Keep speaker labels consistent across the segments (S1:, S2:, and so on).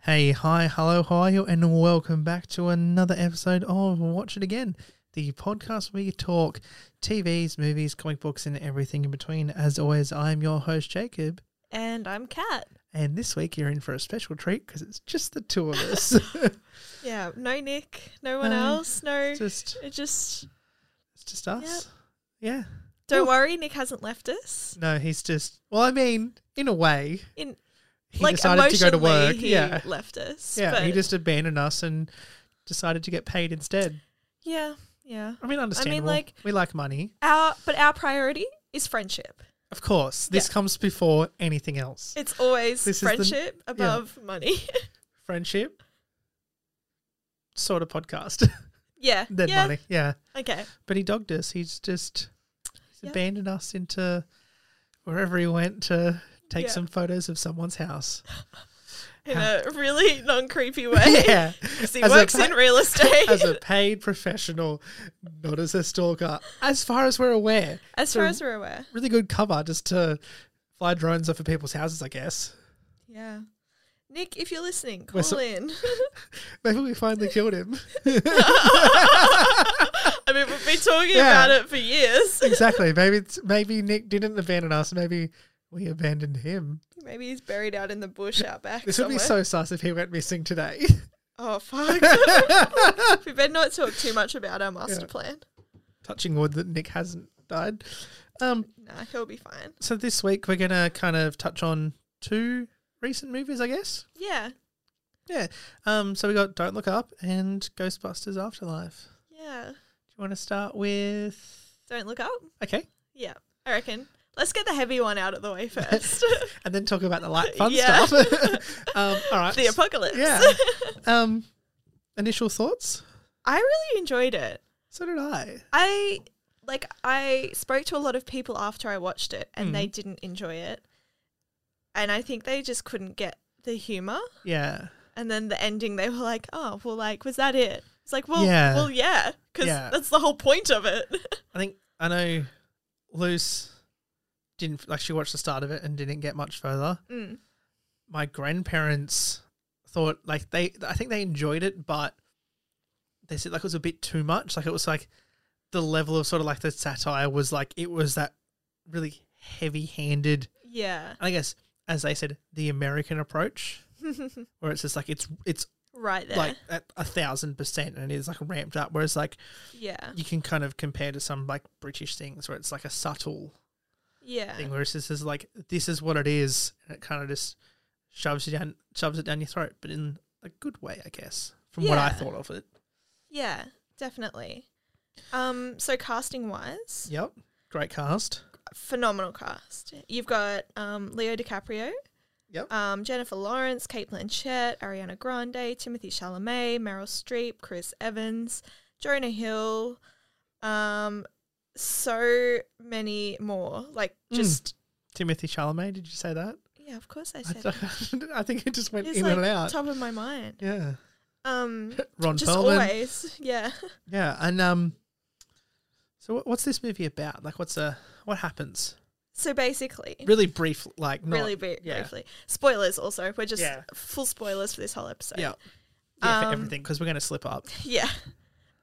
S1: Hey, hi, hello, how are you? And welcome back to another episode of Watch It Again, the podcast where you talk TVs, movies, comic books, and everything in between. As always, I'm your host, Jacob.
S2: And I'm Kat.
S1: And this week you're in for a special treat because it's just the two of us.
S2: Yeah, no Nick, no one
S1: No,
S2: else, no.
S1: it's just
S2: It just
S1: it's just us. Yeah.
S2: don't
S1: Ooh.
S2: worry, Nick hasn't left us.
S1: No, he's just well, I mean, in a way,
S2: In
S1: he
S2: like
S1: decided to go to
S2: emotionally,
S1: work.
S2: he
S1: yeah.
S2: left us.
S1: Yeah.
S2: but
S1: He just abandoned us and decided to get paid instead.
S2: yeah, yeah.
S1: I mean understandable.
S2: like-
S1: we like money.
S2: Our but our priority is friendship.
S1: Of course, this comes before anything else.
S2: It's always
S1: This is the-
S2: friendship above money.
S1: Friendship, sort of podcast,
S2: yeah,
S1: then
S2: yeah.
S1: money. Yeah,
S2: Okay,
S1: but he dogged us. He's just he's
S2: Yeah.
S1: abandoned us into wherever he went to take
S2: Yeah.
S1: some photos of someone's house.
S2: in
S1: How-
S2: a really non creepy way.
S1: yeah,
S2: 'Cause he
S1: As a
S2: works
S1: pa-
S2: in real estate.
S1: as a paid professional, not as a stalker. As far as we're aware,
S2: as
S1: so-
S2: far as we're aware.
S1: really good cover just to fly drones over people's houses. I guess
S2: Yeah. Nick, if you're listening,
S1: We're
S2: call
S1: so-
S2: in.
S1: maybe we finally killed him.
S2: I mean, we've been talking
S1: Yeah.
S2: about it for years.
S1: exactly. Maybe it's, maybe Nick didn't abandon us. Maybe we abandoned him.
S2: Maybe he's buried out in the bush out back.
S1: This would
S2: somewhere.
S1: be so sus if he went missing today.
S2: Oh fuck! we better not talk too much about our master
S1: Yeah.
S2: plan.
S1: Touching wood that Nick hasn't died. Um,
S2: Nah, he'll be fine.
S1: so this week we're gonna kind of touch on two recent movies, I guess.
S2: Yeah,
S1: Yeah. Um, so we got Don't Look Up and Ghostbusters Afterlife.
S2: yeah.
S1: Do you want to start with?
S2: Don't look up.
S1: Okay,
S2: Yeah, I reckon. Let's get the heavy one out of the way first.
S1: and then talk about the light fun
S2: Yeah.
S1: stuff. um, all right.
S2: the apocalypse.
S1: Yeah. Um, initial thoughts.
S2: I really enjoyed it.
S1: So did I.
S2: I like. I spoke to a lot of people after I watched it, and
S1: Mm.
S2: they didn't enjoy it. And I think they just couldn't get the humor.
S1: Yeah.
S2: And then the ending, they were like, "Oh, well, like, was that it?" It's like, well,
S1: Yeah.
S2: well, yeah, because
S1: Yeah.
S2: that's the whole point of it.
S1: I think I know Luce didn't like she watched the start of it and didn't get much further.
S2: Mm.
S1: My grandparents thought like they I think they enjoyed it, but they said like it was a bit too much. Like it was like the level of sort of like the satire was like it was that really heavy handed
S2: Yeah,
S1: I guess as they said, the American approach. where it's just like it's it's
S2: right there.
S1: like at a thousand percent and it's like ramped up. Whereas like
S2: yeah,
S1: you can kind of compare to some like British things where it's like a subtle
S2: yeah,
S1: thing. Whereas this is like this is what it is, and it kind of just shoves you down, shoves it down your throat, but in a good way, I guess. From what I
S2: Yeah.
S1: thought of it.
S2: yeah, definitely. Um, so casting wise,
S1: Yep, great cast.
S2: phenomenal cast. You've got um Leo DiCaprio,
S1: Yep.
S2: um Jennifer Lawrence, Kate Blanchett, Ariana Grande, Timothy Chalamet, Meryl Streep, Chris Evans, Jonah Hill, um, so many more. Like
S1: Mm.
S2: just
S1: Timothy Chalamet. Did you say that?
S2: yeah, of course I
S1: I,
S2: said. it.
S1: d- I think it just went
S2: It's
S1: in
S2: like
S1: and out.
S2: top of my mind.
S1: yeah,
S2: Um,
S1: Ron
S2: just
S1: Perlman.
S2: always, yeah.
S1: Yeah, and um, so what, what's this movie about? Like, what's uh, what happens?
S2: So basically,
S1: Really brief, like not,
S2: really bri-
S1: yeah.
S2: briefly. Spoilers also. We're just
S1: Yeah.
S2: full spoilers for this whole episode.
S1: Yeah. yeah, for
S2: Um,
S1: everything because we're going to slip up.
S2: Yeah.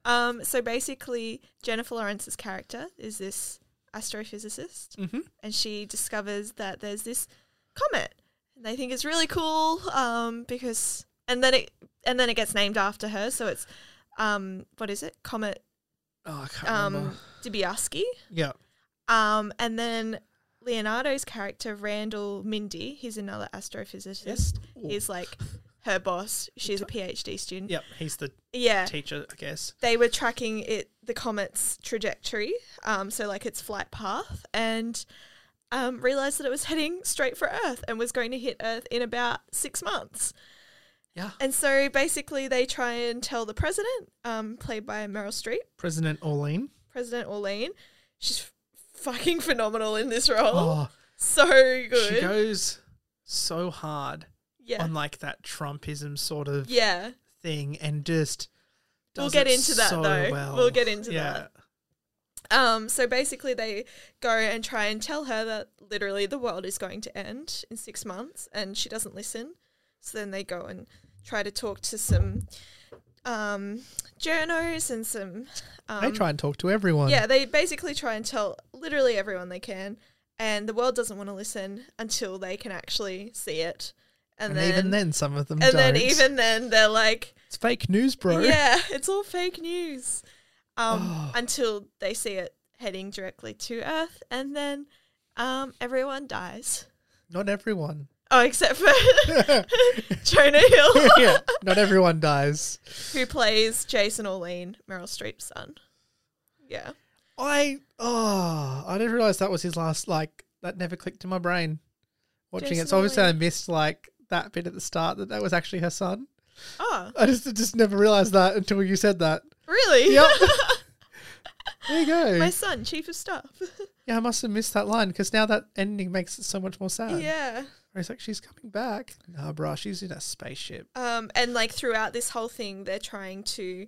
S2: Um, so basically, Jennifer Lawrence's character is this astrophysicist,
S1: Mm-hmm.
S2: and she discovers that there's this comet, and they think it's really cool um, because, and then it and then it gets named after her. So it's um, what is it? Comet
S1: Oh, I can't remember.
S2: um, Dibiaski.
S1: Yeah,
S2: Um, and then Leonardo's character, Randall Mindy, he's another astrophysicist.
S1: Ooh.
S2: He's like her boss. She's a PhD student.
S1: Yep, he's the
S2: Yeah.
S1: teacher, I guess.
S2: They were tracking it the comet's trajectory, um, so like its flight path, and um, realized that it was heading straight for Earth and was going to hit Earth in about six months.
S1: Yeah.
S2: And so basically, they try and tell the president, um, played by Meryl Streep,
S1: President Orlean.
S2: President Orlean, she's f- fucking phenomenal in this role.
S1: Oh,
S2: So good.
S1: she goes so hard
S2: yeah.
S1: on like that Trumpism sort of
S2: yeah.
S1: thing, and just
S2: We'll
S1: does
S2: get
S1: it
S2: into that,
S1: so
S2: though.
S1: well.
S2: We'll get into
S1: yeah.
S2: that. Um, so basically, they go and try and tell her that literally the world is going to end in six months, and she doesn't listen. So then they go and try to talk to some um, journos and some. Um,
S1: they try and talk to everyone.
S2: Yeah, they basically try and tell literally everyone they can, and the world doesn't want to listen until they can actually see it. And,
S1: and
S2: then,
S1: even then, some of them
S2: and
S1: don't.
S2: then even then, they're like,
S1: it's fake news, bro.
S2: yeah, it's all fake news. Um,
S1: Oh.
S2: until they see it heading directly to Earth, and then um, everyone dies.
S1: Not everyone.
S2: Oh, except for Jonah Hill,
S1: yeah, not everyone dies.
S2: who plays Jason Orlean, Meryl Streep's son. Yeah.
S1: I oh, I didn't realize that was his last. Like that never clicked in my brain. Watching it,
S2: Jason
S1: so obviously I
S2: Lee.
S1: missed like that bit at the start that that was actually her son.
S2: Oh,
S1: I just I just never realized that until you said that.
S2: really?
S1: Yep. there you go.
S2: My son, chief of staff.
S1: yeah, I must have missed that line because now that ending makes it so much more sad.
S2: yeah.
S1: Where it's like she's coming back. Nah, bruh, she's in a spaceship.
S2: Um, and like throughout this whole thing, they're trying to,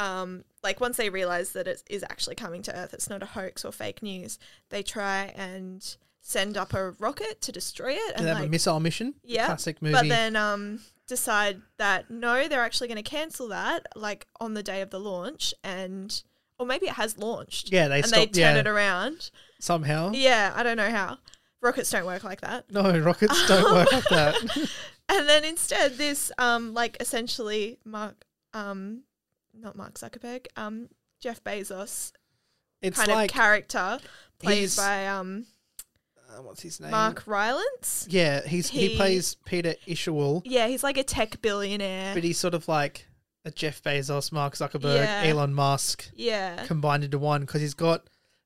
S2: um, like once they realize that it is actually coming to Earth, it's not a hoax or fake news. They try and send up a rocket to destroy it,
S1: Do
S2: and
S1: they have a
S2: like,
S1: missile mission?
S2: yeah,
S1: classic movie.
S2: but then um, decide that no, they're actually going to cancel that, like on the day of the launch, and or maybe it has launched,
S1: yeah, they
S2: and
S1: stop.
S2: they turn
S1: yeah,
S2: it around.
S1: somehow.
S2: Yeah, I don't know how. Rockets don't work like that.
S1: No, rockets don't work like that.
S2: And then instead, this um like essentially Mark um not Mark Zuckerberg um Jeff Bezos
S1: It's
S2: kind
S1: like
S2: of character played
S1: he's-
S2: by um
S1: uh, what's his name?
S2: Mark Rylance.
S1: Yeah, he's he,
S2: He-
S1: plays Peter Isherwood,
S2: Yeah, he's like a tech billionaire.
S1: but he's sort of like a Jeff Bezos, Mark Zuckerberg,
S2: Yeah.
S1: Elon Musk
S2: yeah,
S1: combined into one because he's got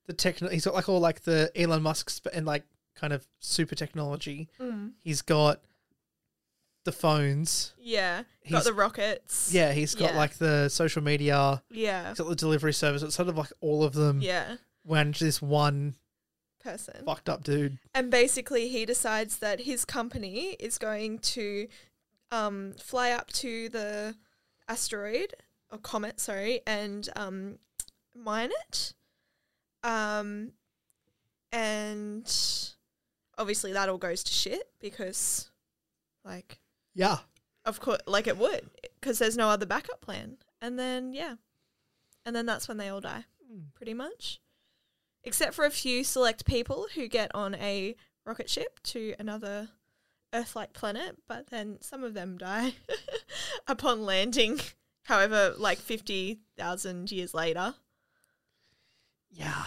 S1: the techno. He's got like all like the Elon Musk's sp- and like kind of super technology.
S2: Mm.
S1: He's got the phones.
S2: yeah.
S1: He's-
S2: Got the rockets.
S1: Yeah, he's got
S2: Yeah.
S1: like the social media.
S2: yeah,
S1: He's got the delivery service. It's sort of like all of them
S2: yeah.
S1: went into this one
S2: Person.
S1: fucked up dude.
S2: And basically, he decides that his company is going to um, fly up to the asteroid or comet, sorry, and um, mine it. Um, and obviously, that all goes to shit because, like,
S1: Yeah,
S2: of course, like it would because there's no other backup plan. And then, yeah. And then that's when they all die, pretty much. Except for a few select people who get on a rocket ship to another Earth like planet, but then some of them die upon landing, however, like 50,000 years later.
S1: yeah.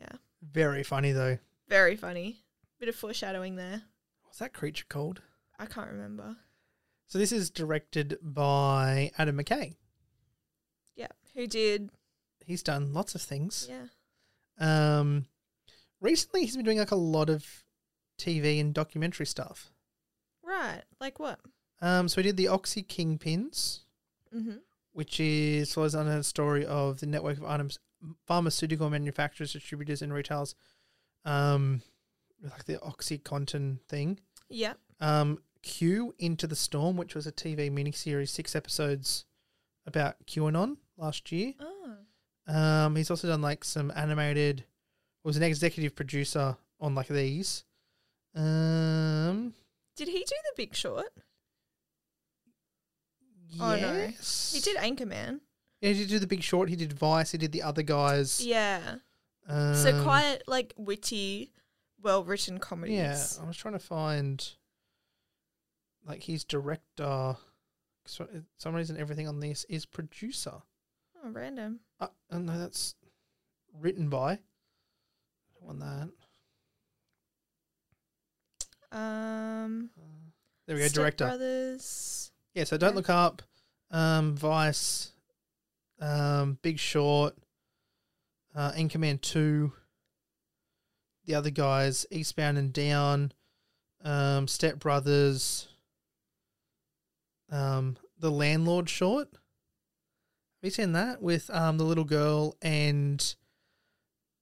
S2: Yeah.
S1: Very funny though.
S2: Very funny. Bit of foreshadowing there.
S1: What's that creature called?
S2: I can't remember.
S1: So this is directed by Adam McKay.
S2: Yeah. Who did?
S1: He's done lots of things.
S2: Yeah.
S1: Um, recently he's been doing like a lot of TV and documentary stuff.
S2: Right. Like what?
S1: Um, so he did the Oxy Kingpins,
S2: Mm-hmm.
S1: which is follows on a story of the network of items pharmaceutical manufacturers, distributors, and retailers. Um, like the OxyContin thing.
S2: Yeah.
S1: Um, Q Into the Storm, which was a TV miniseries, six episodes about QAnon last year.
S2: Oh.
S1: Um, he's also done like some animated. Was an executive producer on like these. Um,
S2: Did he do the big short? Oh, no.
S1: yes,
S2: He did Anchorman.
S1: Yeah, he did do the Big Short. He did Vice. He did the other guys.
S2: Yeah.
S1: Um,
S2: so quite like witty, well written comedies.
S1: Yeah, I was trying to find like his director. So, for some reason, everything on this is producer.
S2: Oh, random.
S1: Uh, oh no, that's written by. I don't want that.
S2: Um.
S1: Uh, There we go,
S2: Step
S1: director.
S2: Brothers.
S1: Yeah, so don't
S2: Yeah.
S1: look up um, Vice, um, Big Short, uh, In Command 2, the other guys, Eastbound and Down, um, Step Brothers, um, The Landlord Short. Have you seen that with um, the little girl and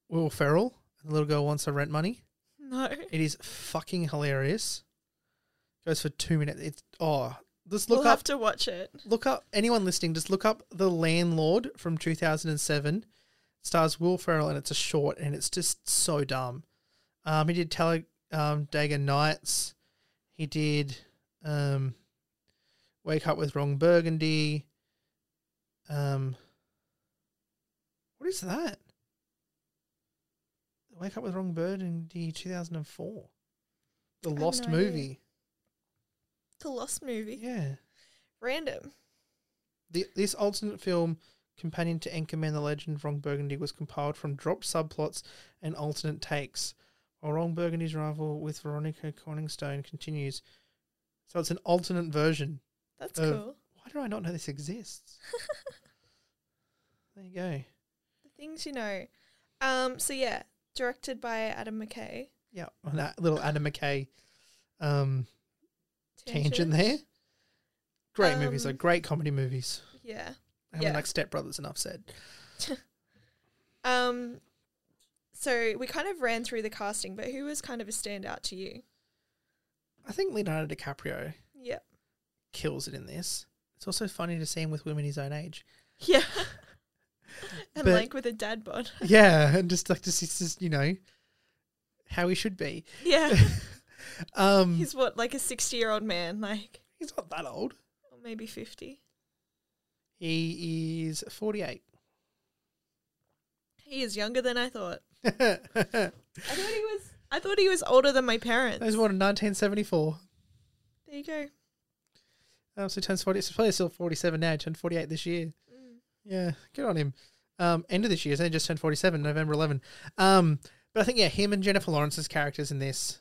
S1: Will Ferrell? The little girl wants her rent money.
S2: No.
S1: It is fucking hilarious. Goes for two minutes. It's oh, just
S2: We'll
S1: look
S2: have
S1: up.
S2: to watch it.
S1: Look up anyone listening. Just look up the landlord from two thousand and seven. Stars Will Ferrell and it's a short and it's just so dumb. Um, he did Tele um, Dagger Nights. He did um, Wake Up with Wrong Burgundy. Um, what is that? Wake Up with Wrong Burgundy, two thousand and four. The
S2: have
S1: Lost
S2: no idea.
S1: movie.
S2: The Lost movie.
S1: Yeah.
S2: Random.
S1: The, this alternate film, companion to Anchorman: The Legend of Wrong Burgundy, was compiled from dropped subplots and alternate takes. While Wrong Burgundy's rival with Veronica Corningstone continues, so it's an alternate version.
S2: That's
S1: Uh,
S2: cool.
S1: Why do I not know this exists? there you go.
S2: The things you know. Um. So yeah, directed by Adam McKay.
S1: Yeah, on that little Adam McKay um, tangent there. Great movies,
S2: Um,
S1: like great comedy movies.
S2: Yeah.
S1: I mean,
S2: yeah.
S1: like Step Brothers, enough said.
S2: Um. So we kind of ran through the casting, but who was kind of a standout to you?
S1: I think Leonardo DiCaprio
S2: Yeah.
S1: kills it in this. It's also funny to see him with women his own age.
S2: Yeah. and
S1: But-
S2: like with a dad bod.
S1: yeah, and just like this is just you know how he should be.
S2: yeah.
S1: Um, he's,
S2: He's what, like a sixty-year-old man, like
S1: not that old.
S2: or maybe fifty.
S1: He is forty-eight.
S2: He is younger than I thought.
S1: that
S2: I thought he was. I thought he was older than my parents.
S1: was born in nineteen seventy-four.
S2: There you go.
S1: Um, so he turns forty. So probably still forty-seven now. He turned forty-eight this year.
S2: Mm.
S1: Yeah, good on him. Um, end of this year, so he just turned 47, November 11. Um, but I think, yeah, him and Jennifer Lawrence's characters in this,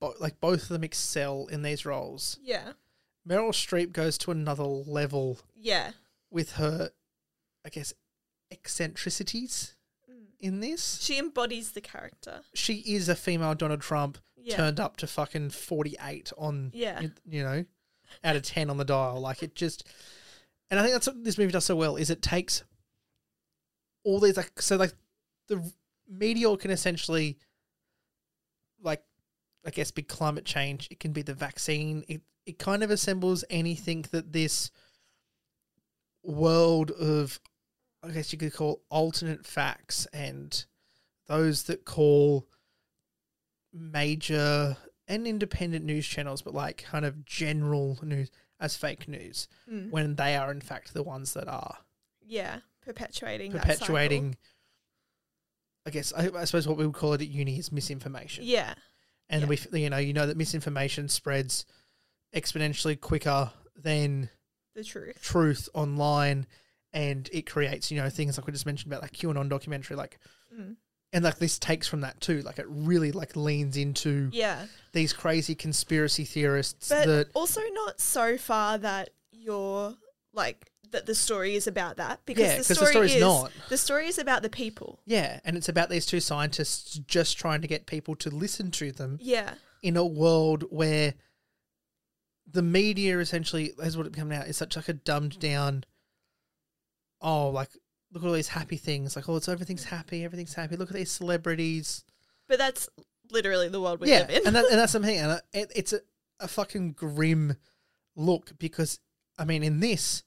S1: bo- like, both of them excel in these roles.
S2: Yeah.
S1: Meryl Streep goes to another level
S2: Yeah.
S1: with her, I guess, eccentricities
S2: Mm.
S1: in this.
S2: She embodies the character.
S1: She is a female Donald Trump
S2: Yeah.
S1: turned up to fucking 48 on
S2: Yeah.
S1: you, you know, out of 10 on the dial. Like it just, and I think that's what this movie does so well is it takes all these like so like the meteor can essentially like I guess be climate change. It can be the vaccine. It it kind of assembles anything that this world of I guess you could call alternate facts and those that call major and independent news channels, but like kind of general news as fake news
S2: Mm.
S1: when they are in fact the ones that are
S2: Yeah. Perpetuating. that cycle.
S1: perpetuating. I guess I, I suppose what we would call it at uni is misinformation,
S2: Yeah.
S1: and
S2: yeah.
S1: we f- you know you know that misinformation spreads exponentially quicker than
S2: The truth.
S1: truth online, and it creates you know things like we just mentioned about like QAnon documentary, like
S2: Mm.
S1: and like this takes from that too, like it really like leans into
S2: Yeah.
S1: these crazy conspiracy theorists
S2: But
S1: that
S2: also not so far that you're like that the story is about that because
S1: Yeah,
S2: the
S1: 'cause the
S2: story
S1: story's
S2: is
S1: not.
S2: the story is about the people.
S1: Yeah, and it's about these two scientists just trying to get people to listen to them
S2: Yeah.
S1: in a world where the media essentially is what it become now is such like a dumbed down oh like look at all these happy things like oh it's everything's happy everything's happy look at these celebrities
S2: But that's literally the world we
S1: yeah
S2: live in.
S1: and, that, and that's something and it, it's a, a fucking grim look because i mean in this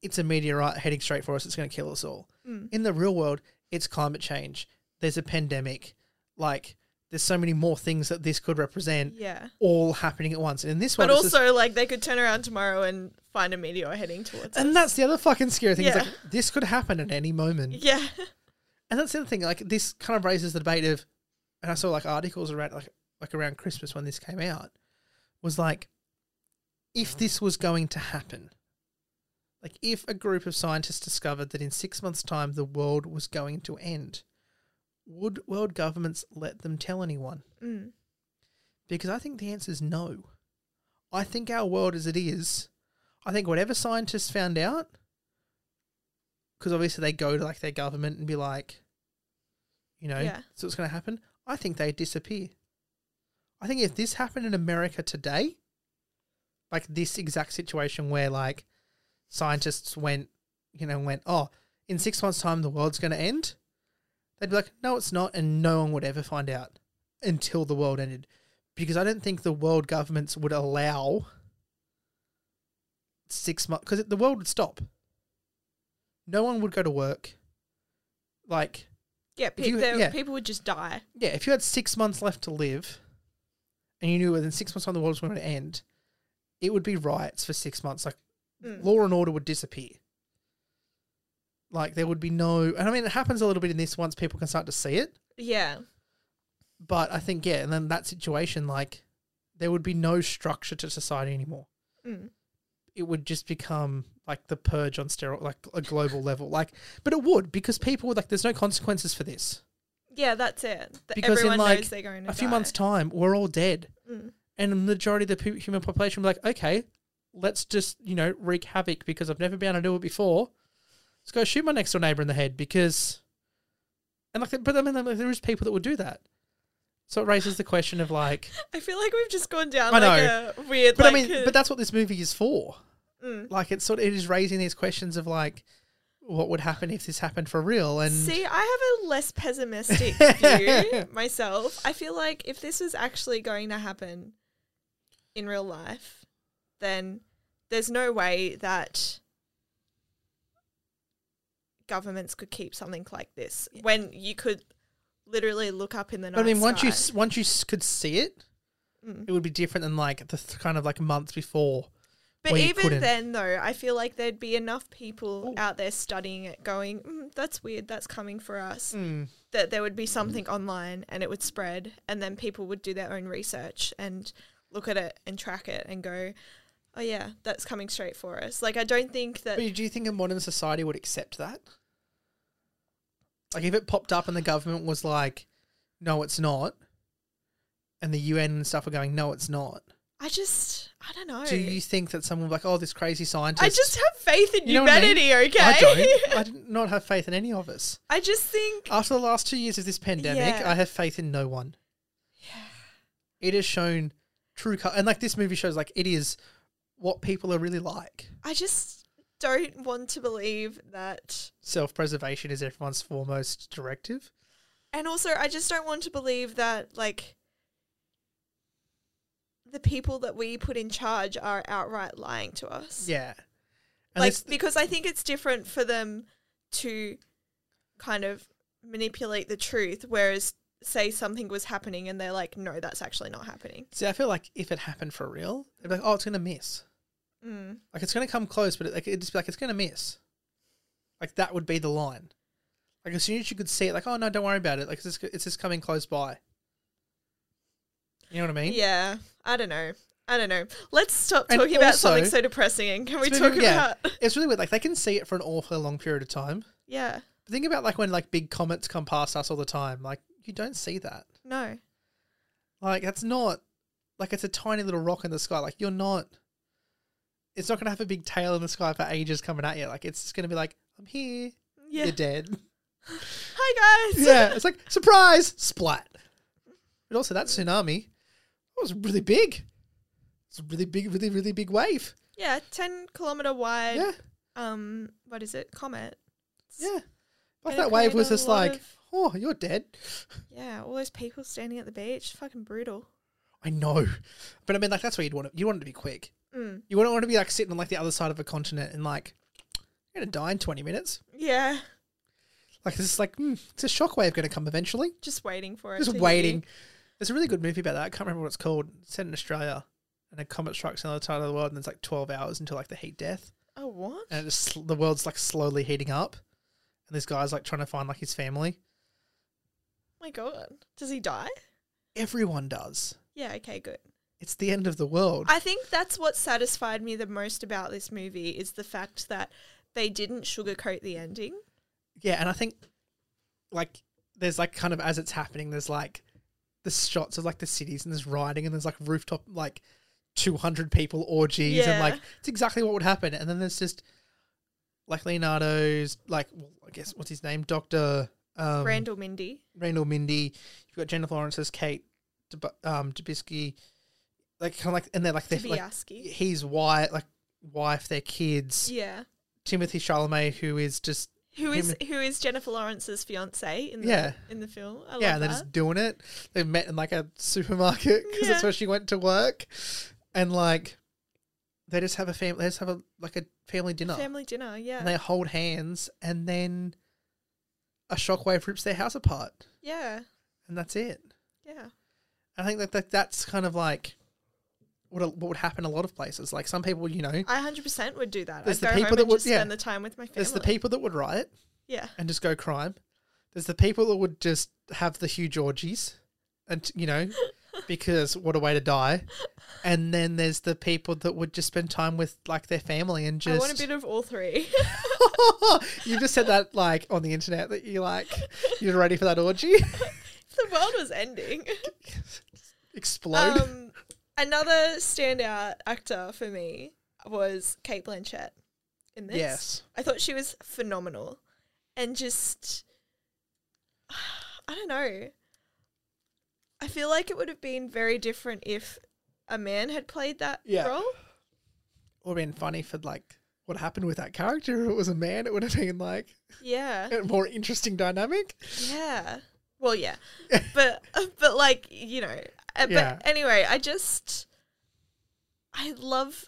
S1: it's a meteorite heading straight for us it's going to kill us all
S2: Mm.
S1: in the real world, it's climate change. There's a pandemic. Like, there's so many more things that this could represent
S2: Yeah.
S1: all happening at once. And in this one,
S2: But
S1: it's just-
S2: also, like, they could turn around tomorrow and find a meteor heading towards us.
S1: and that's the other fucking scary thing. is
S2: Yeah.
S1: like, this could happen at any moment.
S2: Yeah.
S1: And that's the other thing. Like, this kind of raises the debate of, and I saw like articles around like like around Christmas when this came out, was like, if this was going to happen, like if a group of scientists discovered that in six months' time the world was going to end, would world governments let them tell anyone?
S2: Mm.
S1: Because I think the answer is no. I think our world as it is, I think whatever scientists found out, because obviously they go to like their government and be like, you know,
S2: Yeah.
S1: so what's going to happen. I think they disappear. I think if this happened in America today, like this exact situation where like scientists went, you know, went, oh, in six months' time the world's going to end, they'd be like, no, it's not, and no one would ever find out until the world ended because I don't think the world governments would allow six months because the world would stop. No one would go to work. Like,
S2: Yeah,
S1: If
S2: pe-
S1: you-
S2: there-
S1: yeah.
S2: people would just die.
S1: yeah, if you had six months left to live, and you knew within six months on the world was going to end, it would be riots for six months. Like
S2: Mm.
S1: law and order would disappear. Like there would be no, and I mean it happens a little bit in this once people can start to see it.
S2: Yeah.
S1: But I think yeah, and then that situation like there would be no structure to society anymore.
S2: Mm.
S1: It would just become like the purge on steroid, like a global level. Like, but it would because people would like there's no consequences for this.
S2: Yeah, that's it. Th-
S1: Because in,
S2: Everyone
S1: like,
S2: knows they're going to
S1: a few
S2: die.
S1: months time, we're all dead,
S2: Mm.
S1: and the majority of the pu- human population will be like, okay, let's just you know wreak havoc because I've never been able to do it before. Let's go shoot my next door neighbor in the head because, and like, but I mean, like, there is people that would do that. So it raises the question of like,
S2: I feel like we've just gone down
S1: I
S2: like
S1: know.
S2: a weird.
S1: but
S2: like,
S1: I mean,
S2: uh,
S1: but that's what this movie is for.
S2: mm.
S1: Like, it's sort of, it is raising these questions of like, what would happen if this happened for real? And
S2: See, I have a less pessimistic view myself. I feel like if this was actually going to happen in real life, then there's no way that governments could keep something like this when you could literally look up in the night.
S1: but I mean, once you
S2: sky.
S1: s- once you s- could see it,
S2: Mm.
S1: it would be different than like the th- kind of like months before.
S2: But
S1: where you
S2: even
S1: couldn't. Oh.
S2: then, though, I feel like there'd be enough people
S1: Ooh.
S2: out there studying it, going, mm, "That's weird. That's coming for us." that there would be
S1: Mm-hmm.
S2: something online and it would spread and then people would do their own research and look at it and track it and go oh yeah that's coming straight for us like i don't think that
S1: But do you think a modern society would accept that? Like, if it popped up and the government was like, "No, it's not," and the UN and stuff are going, "No, it's not."
S2: i just i don't know
S1: Do you think that someone would be like, "Oh, this crazy scientist"?
S2: i just have faith in
S1: You know what I mean?
S2: humanity okay
S1: I don't. Uh, I do not have faith in any of us.
S2: I just think
S1: After the last two years of this pandemic,
S2: Yeah.
S1: I have faith in no one. Yeah. It has shown true, co- and like this movie shows, like it is what people are really like.
S2: i just don't want to believe that
S1: Self-preservation is everyone's foremost directive.
S2: and also i just don't want to believe that like the people that we put in charge are outright lying to us
S1: Yeah. And
S2: like
S1: this-
S2: because I think it's different for them to kind of manipulate the truth, whereas say something was happening and they're like, no, that's actually not happening.
S1: See, I feel like if it happened for real, it'd be like, oh, it's gonna miss.
S2: Mm.
S1: Like it's gonna come close, but it, like it'd just be like it's gonna miss. Like that would be the line. Like as soon as you could see it, like oh no, don't worry about it. Like it's just, it's just coming close by. You know what I mean?
S2: Yeah, I don't know. I don't know. Let's stop
S1: And
S2: talking about
S1: also-
S2: something so depressing. And can we
S1: Speaking
S2: talk
S1: of- yeah.
S2: about?
S1: It's really weird. Like they can see it for an awfully long period of time.
S2: Yeah.
S1: But think about like when like big comets come past us all the time. Like you don't see that.
S2: No.
S1: Like that's not like it's a tiny little rock in the sky. Like you're not. It's not gonna have a big tail in the sky for ages coming at you. Like it's just gonna be like I'm here.
S2: Yeah.
S1: You're dead.
S2: Hi guys.
S1: yeah, it's like surprise splat. But also that tsunami that was really big. It's a really big, really, really big wave.
S2: Yeah. Ten kilometer wide.
S1: yeah,
S2: Um. What is it? Comet.
S1: yeah. Like
S2: and it
S1: that wave was
S2: created a
S1: just
S2: lot
S1: like,
S2: of-
S1: oh, you're dead.
S2: Yeah. All those people standing at the beach. Fucking brutal.
S1: I know, but I mean, like that's where you'd want it. You want it to be quick.
S2: Mm.
S1: You wouldn't want to be like sitting on like the other side of a continent and like you're gonna die in twenty minutes.
S2: Yeah.
S1: Like this is like mm, it's a shockwave going to come eventually.
S2: Just waiting for it.
S1: Just
S2: to hit you.
S1: waiting. There's a really good movie about that. I can't remember what it's called. It's set in Australia, and a comet strikes another side of the world, and it's like 12 hours until like the heat death,
S2: Oh what?
S1: and it just the world's like slowly heating up, and this guy's like trying to find like his family.
S2: my god. Does he die?
S1: Everyone does.
S2: Yeah, okay, good.
S1: It's the end of the world.
S2: I think that's what satisfied me the most about this movie is the fact that they didn't sugarcoat the ending.
S1: yeah, and I think like there's like kind of as it's happening, there's like the shots of like the cities, and there's riding, and there's like rooftop like 200 people orgies, and
S2: Yeah.
S1: like it's exactly what would happen. And then there's just like Leonardo's like well, I guess what's his name, Doctor um,
S2: Randall Mindy.
S1: Randall Mindy. You've got Jennifer Lawrence's Kate Dub- um, Dubisky, like kind of like, and they're like they're like
S2: Tobiaski.
S1: he's wife like wife, their kids.
S2: yeah.
S1: Timothy Chalamet, who is just
S2: Who is
S1: Him-
S2: who is Jennifer Lawrence's fiance in the
S1: Yeah.
S2: in the film?
S1: yeah,
S2: I love
S1: and they're
S2: that.
S1: just doing it. They met in like a supermarket because
S2: Yeah.
S1: that's where she went to work, and like they just have a family. They just have a like a family dinner,
S2: Family dinner, yeah.
S1: and they hold hands, and then a shockwave rips their house apart,
S2: yeah.
S1: and that's it.
S2: Yeah.
S1: I think that, that that's kind of like what a- what would happen a lot of places. Like some people, you know,
S2: I 100% would do that.
S1: There's
S2: I'd
S1: the
S2: go
S1: people
S2: home
S1: that
S2: and
S1: would-
S2: just
S1: yeah.
S2: spend the time with my family.
S1: there's the people that would riot
S2: Yeah.
S1: and just go crime. There's the people that would just have the huge orgies, and you know, because what a way to die. And then there's the people that would just spend time with like their family and
S2: I
S1: just.
S2: want a bit of all three.
S1: you just said that like on the internet that you like you're ready for that orgy
S2: the world was ending.
S1: explode.
S2: Um, another standout actor for me was Kate Blanchett in this.
S1: yes,
S2: I thought she was phenomenal and just I don't know. I feel like it would have been very different if a man had played that
S1: Yeah.
S2: role.
S1: or been funny for like what happened with that character. If it was a man, it would have been like
S2: Yeah.
S1: a more interesting dynamic.
S2: Yeah. Well, yeah. but but like, you know, uh,
S1: Yeah.
S2: but anyway, I just I love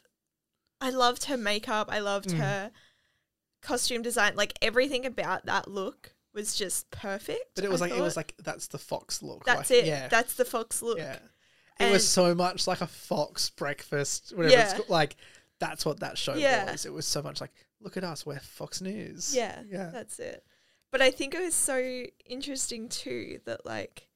S2: I loved her makeup. I loved
S1: Mm.
S2: her costume design. Like everything about that look was just perfect.
S1: But it was
S2: I
S1: like it was
S2: thought.
S1: like that's the fox look.
S2: Uh-huh. that's
S1: like,
S2: it.
S1: Yeah,
S2: That's the fox look.
S1: yeah. It
S2: And
S1: was so much like a fox breakfast. Whatever it's
S2: Yeah.
S1: called. like that's what that show
S2: Yeah.
S1: was. It was so much like look at us, we're Fox News.
S2: yeah,
S1: yeah.
S2: that's it. But I think it was so interesting too that like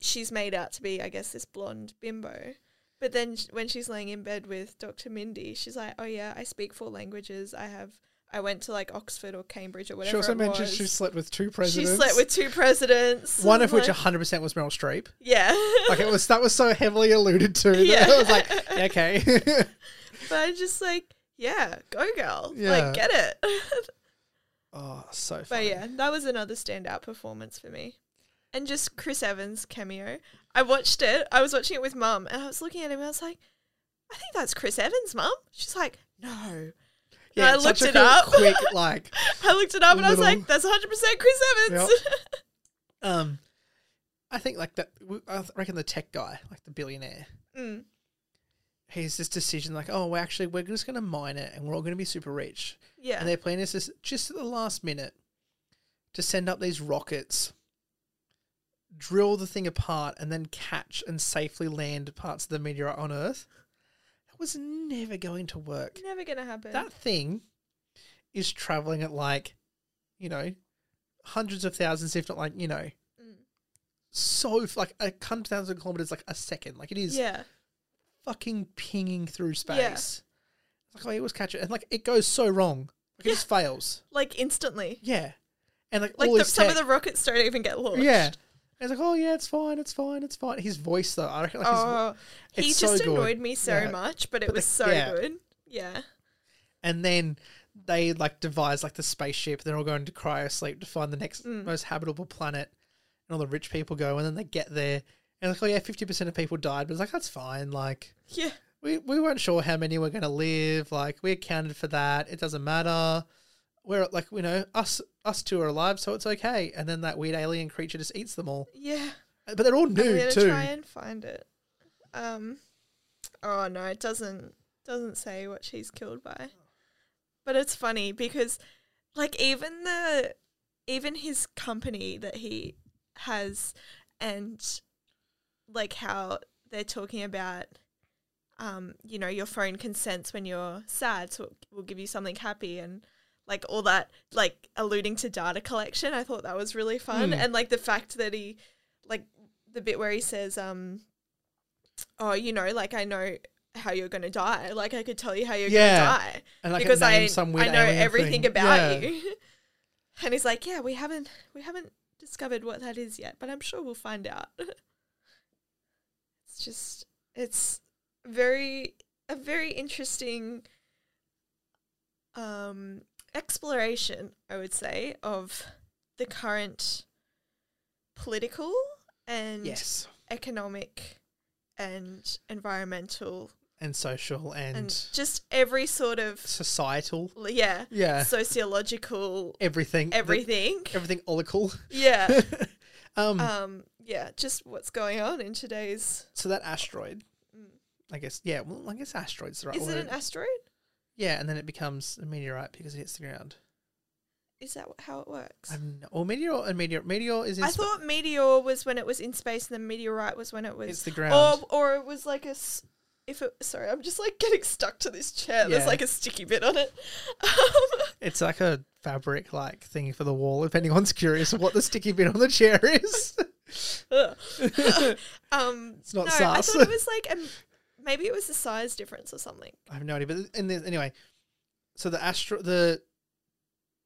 S2: she's made out to be, I guess, this blonde bimbo. But then sh- when she's laying in bed with Dr. Mindy, she's like, "Oh yeah, I speak four languages. I have, I went to like Oxford or Cambridge or whatever."
S1: she also
S2: it
S1: mentioned
S2: was.
S1: she slept with two
S2: She
S1: presidents.
S2: slept with two presidents,
S1: one of which
S2: like-
S1: 100 percent was Meryl Streep.
S2: yeah.
S1: Like it was that was so heavily alluded to. That
S2: Yeah.
S1: I was like, yeah, okay.
S2: but I'm just like, yeah, go girl,
S1: Yeah.
S2: like get it.
S1: oh, so
S2: But
S1: funny.
S2: yeah, that was another standout performance for me. And just Chris Evans cameo. I watched it. I was watching it with mum and I was looking at him and I was like, I think that's Chris Evans, mum. She's like, no.
S1: Yeah,
S2: I
S1: it's such
S2: looked it
S1: a
S2: up.
S1: Quick, like,
S2: I looked it up and I was
S1: Little-
S2: like, that's 100% Chris Evans.
S1: um, I think like that. I reckon the tech guy, like the billionaire,
S2: Mm,
S1: he's this decision like, oh, well, actually, we're just going to mine it, and we're all going to be super rich.
S2: yeah.
S1: And their plan is just, just at the last minute to send up these rockets, drill the thing apart, and then catch and safely land parts of the meteorite on Earth. That was never going to work.
S2: Never going to happen.
S1: That thing is traveling at like, you know, hundreds of thousands, if not like, you know,
S2: Mm.
S1: so f- like a hundred thousand kilometers like a second. Like it is
S2: yeah.
S1: fucking pinging through space.
S2: Yeah.
S1: Like I always catch it, and like it goes so wrong. Like it
S2: Yeah.
S1: just fails.
S2: Like instantly.
S1: Yeah, and like,
S2: Like
S1: all
S2: the,
S1: his
S2: some of
S1: tech-
S2: the rockets don't even get launched.
S1: yeah. And it's like, oh yeah, it's fine, it's fine, it's fine. His voice though, I reckon. Like, his vo-
S2: Oh, he
S1: it's
S2: just
S1: so good.
S2: annoyed me so
S1: Yeah.
S2: much, but it
S1: But the-
S2: was so
S1: yeah.
S2: good. Yeah.
S1: and then they like devise like the spaceship. They're all going to cryo sleep to find the next
S2: Mm.
S1: most habitable planet, and all the rich people go, and then they get there, and like, oh yeah, fifty percent of people died, but it's like that's fine. Like
S2: Yeah.
S1: we we weren't sure how many were going to live. Like we accounted for that. It doesn't matter. We're like you know us us two are alive, so it's okay. And then that weird alien creature just eats them all,
S2: Yeah.
S1: but they're all
S2: I'm
S1: new
S2: gonna
S1: too.
S2: try and find it. Um, oh no, it doesn't doesn't say what she's killed by, but it's funny because, like, even the even his company that he has, and like how they're talking about. Um, you know, your phone can sense when you're sad, so it will give you something happy, and like all that, like alluding to data collection. I thought that was really fun,
S1: Mm.
S2: and like the fact that he, like, the bit where he says, um, oh, you know, like I know how you're gonna die. Like I could tell you how you're
S1: Yeah.
S2: gonna die
S1: and like it
S2: because I
S1: names some
S2: I
S1: weird
S2: know
S1: alien
S2: everything
S1: thing. Yeah.
S2: about you. and he's like, yeah, we haven't we haven't discovered what that is yet, but I'm sure we'll find out. it's just it's very a very interesting um exploration, I would say, of the current political and
S1: Yes,
S2: economic and environmental
S1: and social and,
S2: and, just every sort of
S1: societal.
S2: yeah
S1: Yeah,
S2: sociological
S1: everything. the-
S2: everything Uh,
S1: everything olical.
S2: yeah
S1: um,
S2: um yeah just what's going on in today's
S1: so that asteroid.
S2: Mm.
S1: I guess yeah. Well, I guess asteroid's the right
S2: is
S1: word.
S2: it an asteroid
S1: yeah, and then it becomes a meteorite because it hits the ground.
S2: is that wh- how it works
S1: I'm no, or meteor and meteor meteor is in
S2: i
S1: sp-
S2: thought meteor was when it was in space and the meteorite was when it was
S1: it's the ground.
S2: or or it was like a s- if it, sorry, I'm just like getting stuck to this chair. There's
S1: Yeah.
S2: like a sticky bit on it.
S1: It's like a fabric like thing for the wall. If anyone's curious of what the sticky bit on the chair is,
S2: Ugh. um,
S1: It's not
S2: no,
S1: sus.
S2: I thought it was like um, maybe it was a size difference or something.
S1: I have no idea. But in the, anyway, so the astro the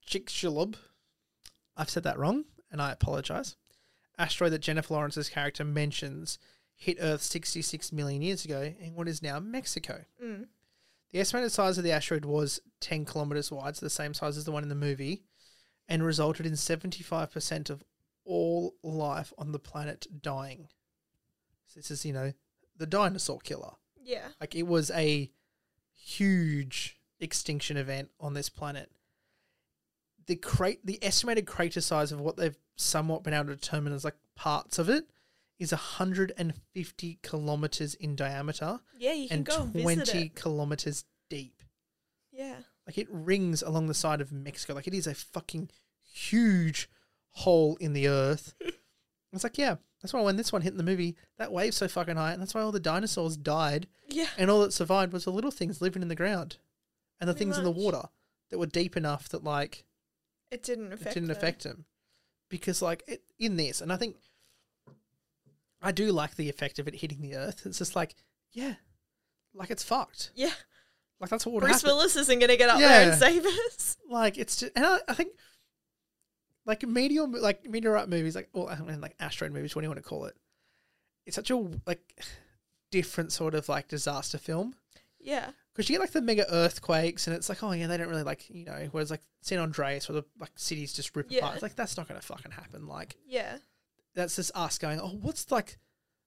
S1: Chicxulub, I've said that wrong, and I apologize. Asteroid that Jennifer Lawrence's character mentions hit Earth 66 million years ago in what is now Mexico.
S2: Mm.
S1: The estimated size of the asteroid was 10 kilometers wide, so the same size as the one in the movie, and resulted in 75% of all life on the planet dying. So this is, you know, the dinosaur killer.
S2: Yeah.
S1: Like it was a huge extinction event on this planet. The crate, the estimated crater size of what they've somewhat been able to determine as like parts of it is 150 kilometers in diameter
S2: Yeah, you can
S1: and
S2: go and visit
S1: 20
S2: it.
S1: kilometers deep.
S2: Yeah.
S1: Like it rings along the side of Mexico. Like it is a fucking huge hole in the earth. it's like, yeah, that's why when this one hit in the movie, that wave's so fucking high, and that's why all the dinosaurs died
S2: Yeah.
S1: and all that survived was the little things living in the ground and the
S2: Pretty
S1: things in the
S2: much.
S1: water that were deep enough that like
S2: It didn't affect.
S1: it didn't
S2: them.
S1: affect them because like it, in this and i think i do like the effect of it hitting the earth it's just like yeah like it's fucked
S2: Yeah.
S1: like that's what would
S2: Bruce
S1: happen
S2: Willis isn't going to get up there
S1: Yeah.
S2: and save us.
S1: like it's just and I, I think like meteor mo- like meteorite movies like well I mean like asteroid movies what do you want to call it it's such a like different sort of like disaster film
S2: Yeah.
S1: because you get like the mega earthquakes, and it's like, oh yeah, they don't really like you know. Whereas like San Andreas, where the like cities just rip
S2: Yeah.
S1: apart, it's like that's not going to fucking happen. Like
S2: Yeah.
S1: that's just us going, oh, what's like,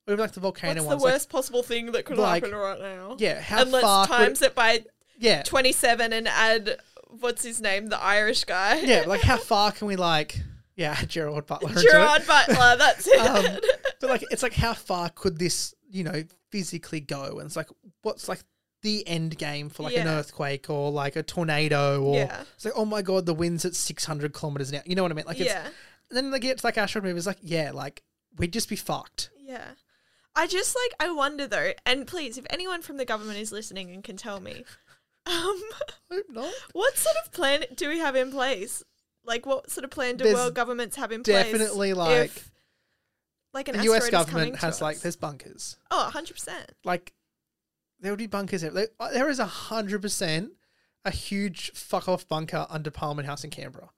S1: or even like the volcano
S2: What's the
S1: ones,
S2: worst possible thing that could
S1: like,
S2: happen right now?
S1: like, yeah, how
S2: And
S1: far,
S2: let's
S1: could-
S2: times it by
S1: yeah,
S2: 27 and add what's his name, the Irish guy.
S1: yeah, like how far can we like, yeah, Gerald Butler, into it.
S2: Gerard Butler, that's it.
S1: Um, but like it's like how far could this you know physically go? And it's like what's like the end game for like an
S2: Yeah.
S1: earthquake or like a tornado or
S2: Yeah.
S1: it's like oh my god the wind's at six hundred kilometers an hour. You know what I mean? Like it's
S2: yeah.
S1: And then they get to like asteroid movies, like, yeah, like we'd just be fucked.
S2: Yeah. I just like I wonder though, and please, if anyone from the government is listening and can tell me, um,
S1: Hope not.
S2: what sort of plan do we have in place? Like, what sort of plan do
S1: There's
S2: world governments have in place?
S1: Definitely like
S2: if, like an
S1: the
S2: asteroid
S1: US
S2: is coming
S1: government
S2: to
S1: has like
S2: us?
S1: there's bunkers.
S2: oh, 100 percent.
S1: Like there would be bunkers ev- there. There is a hundred percent a huge fuck off bunker under Parliament House in Canberra.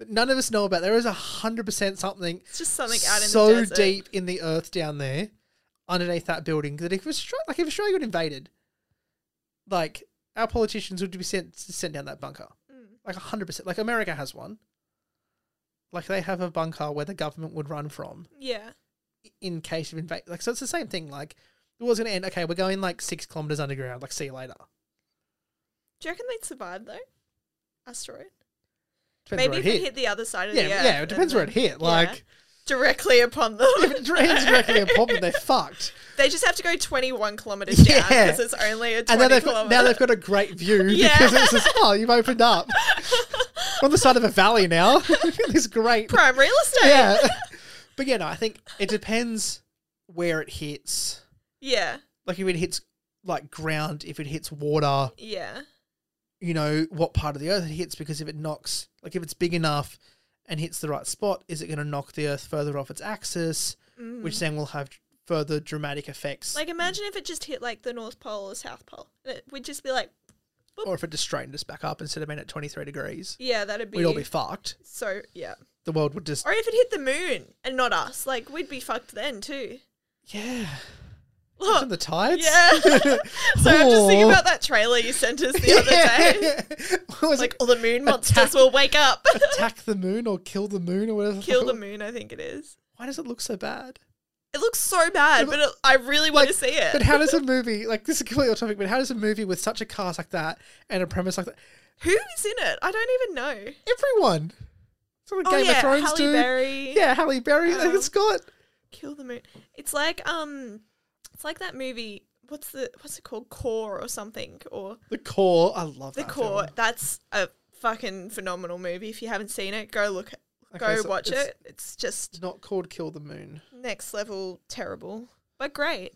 S1: That none of us know about. There is a hundred percent something
S2: It's just something out in
S1: so
S2: the desert.
S1: deep in the earth down there, underneath that building, that if Australia, like if Australia got invaded, like our politicians would be sent sent down that bunker,
S2: Mm.
S1: like hundred percent. Like America has one. Like they have a bunker where the government would run from
S2: Yeah,
S1: i- in case of invade. Like so, it's the same thing. Like the war's gonna end. Okay, we're going like six kilometers underground. Like see you later.
S2: do you reckon they'd survive though? Asteroid.
S1: Depends
S2: Maybe
S1: where
S2: if
S1: it
S2: it
S1: hit.
S2: hit the other side of
S1: yeah,
S2: the earth.
S1: yeah. It depends
S2: and
S1: where it hit.
S2: yeah.
S1: Like
S2: Directly upon them.
S1: if it lands directly upon them, they're fucked.
S2: They just have to go 21 kilometers down
S1: Yeah.
S2: because it's only a 20
S1: And then they've got,
S2: kilometer.
S1: now they've got a great view
S2: Yeah.
S1: because it's just, oh, you've opened up. We're on the side of a valley now. Look at this great.
S2: prime real estate. Yeah.
S1: Yeah. But yeah, no, I think it depends where it hits.
S2: Yeah.
S1: Like if it hits like ground, if it hits water, you know, what part of the earth it hits because if it knocks, like if it's big enough and hits the right spot, is it going to knock the earth further off its axis,
S2: Mm.
S1: which then will have further dramatic effects?
S2: Like imagine if it just hit like the North Pole or South Pole. And It, we'd just be like,
S1: or if it just straightened us back up instead of being at 23 degrees,
S2: yeah, that'd be,
S1: we'd all be fucked.
S2: so yeah.
S1: The world would just
S2: Or if it hit the moon and not us, like we'd be fucked then too.
S1: Yeah.
S2: Look,
S1: Imagine the tides.
S2: yeah. so I'm just thinking about that trailer you sent us the other day.
S1: What was
S2: Like
S1: it?
S2: all the moon monsters
S1: Attack-
S2: will wake up,
S1: attack the moon or kill the moon or whatever.
S2: kill the moon. I think it is.
S1: Why does it look so bad?
S2: It looks so bad, but it, I really want to see it.
S1: But how does a movie like this is completely off topic? But how does a movie with such a cast like that and a premise like that?
S2: Who is in it? I don't even know.
S1: Everyone. It's what
S2: oh
S1: Game
S2: yeah,
S1: of Thrones
S2: Halle
S1: dude.
S2: Berry.
S1: Yeah, Halle Berry. like
S2: Um,
S1: it's got
S2: Kill the moon. It's like um, it's like that movie. What's the what's it called? Core or something or
S1: the core. I love
S2: the
S1: that
S2: Core.
S1: film.
S2: That's a fucking phenomenal movie. If you haven't seen it, go look.
S1: Okay,
S2: go
S1: so
S2: watch
S1: it's-
S2: it. It's just
S1: It's not called Kill the Moon.
S2: next level terrible, but great.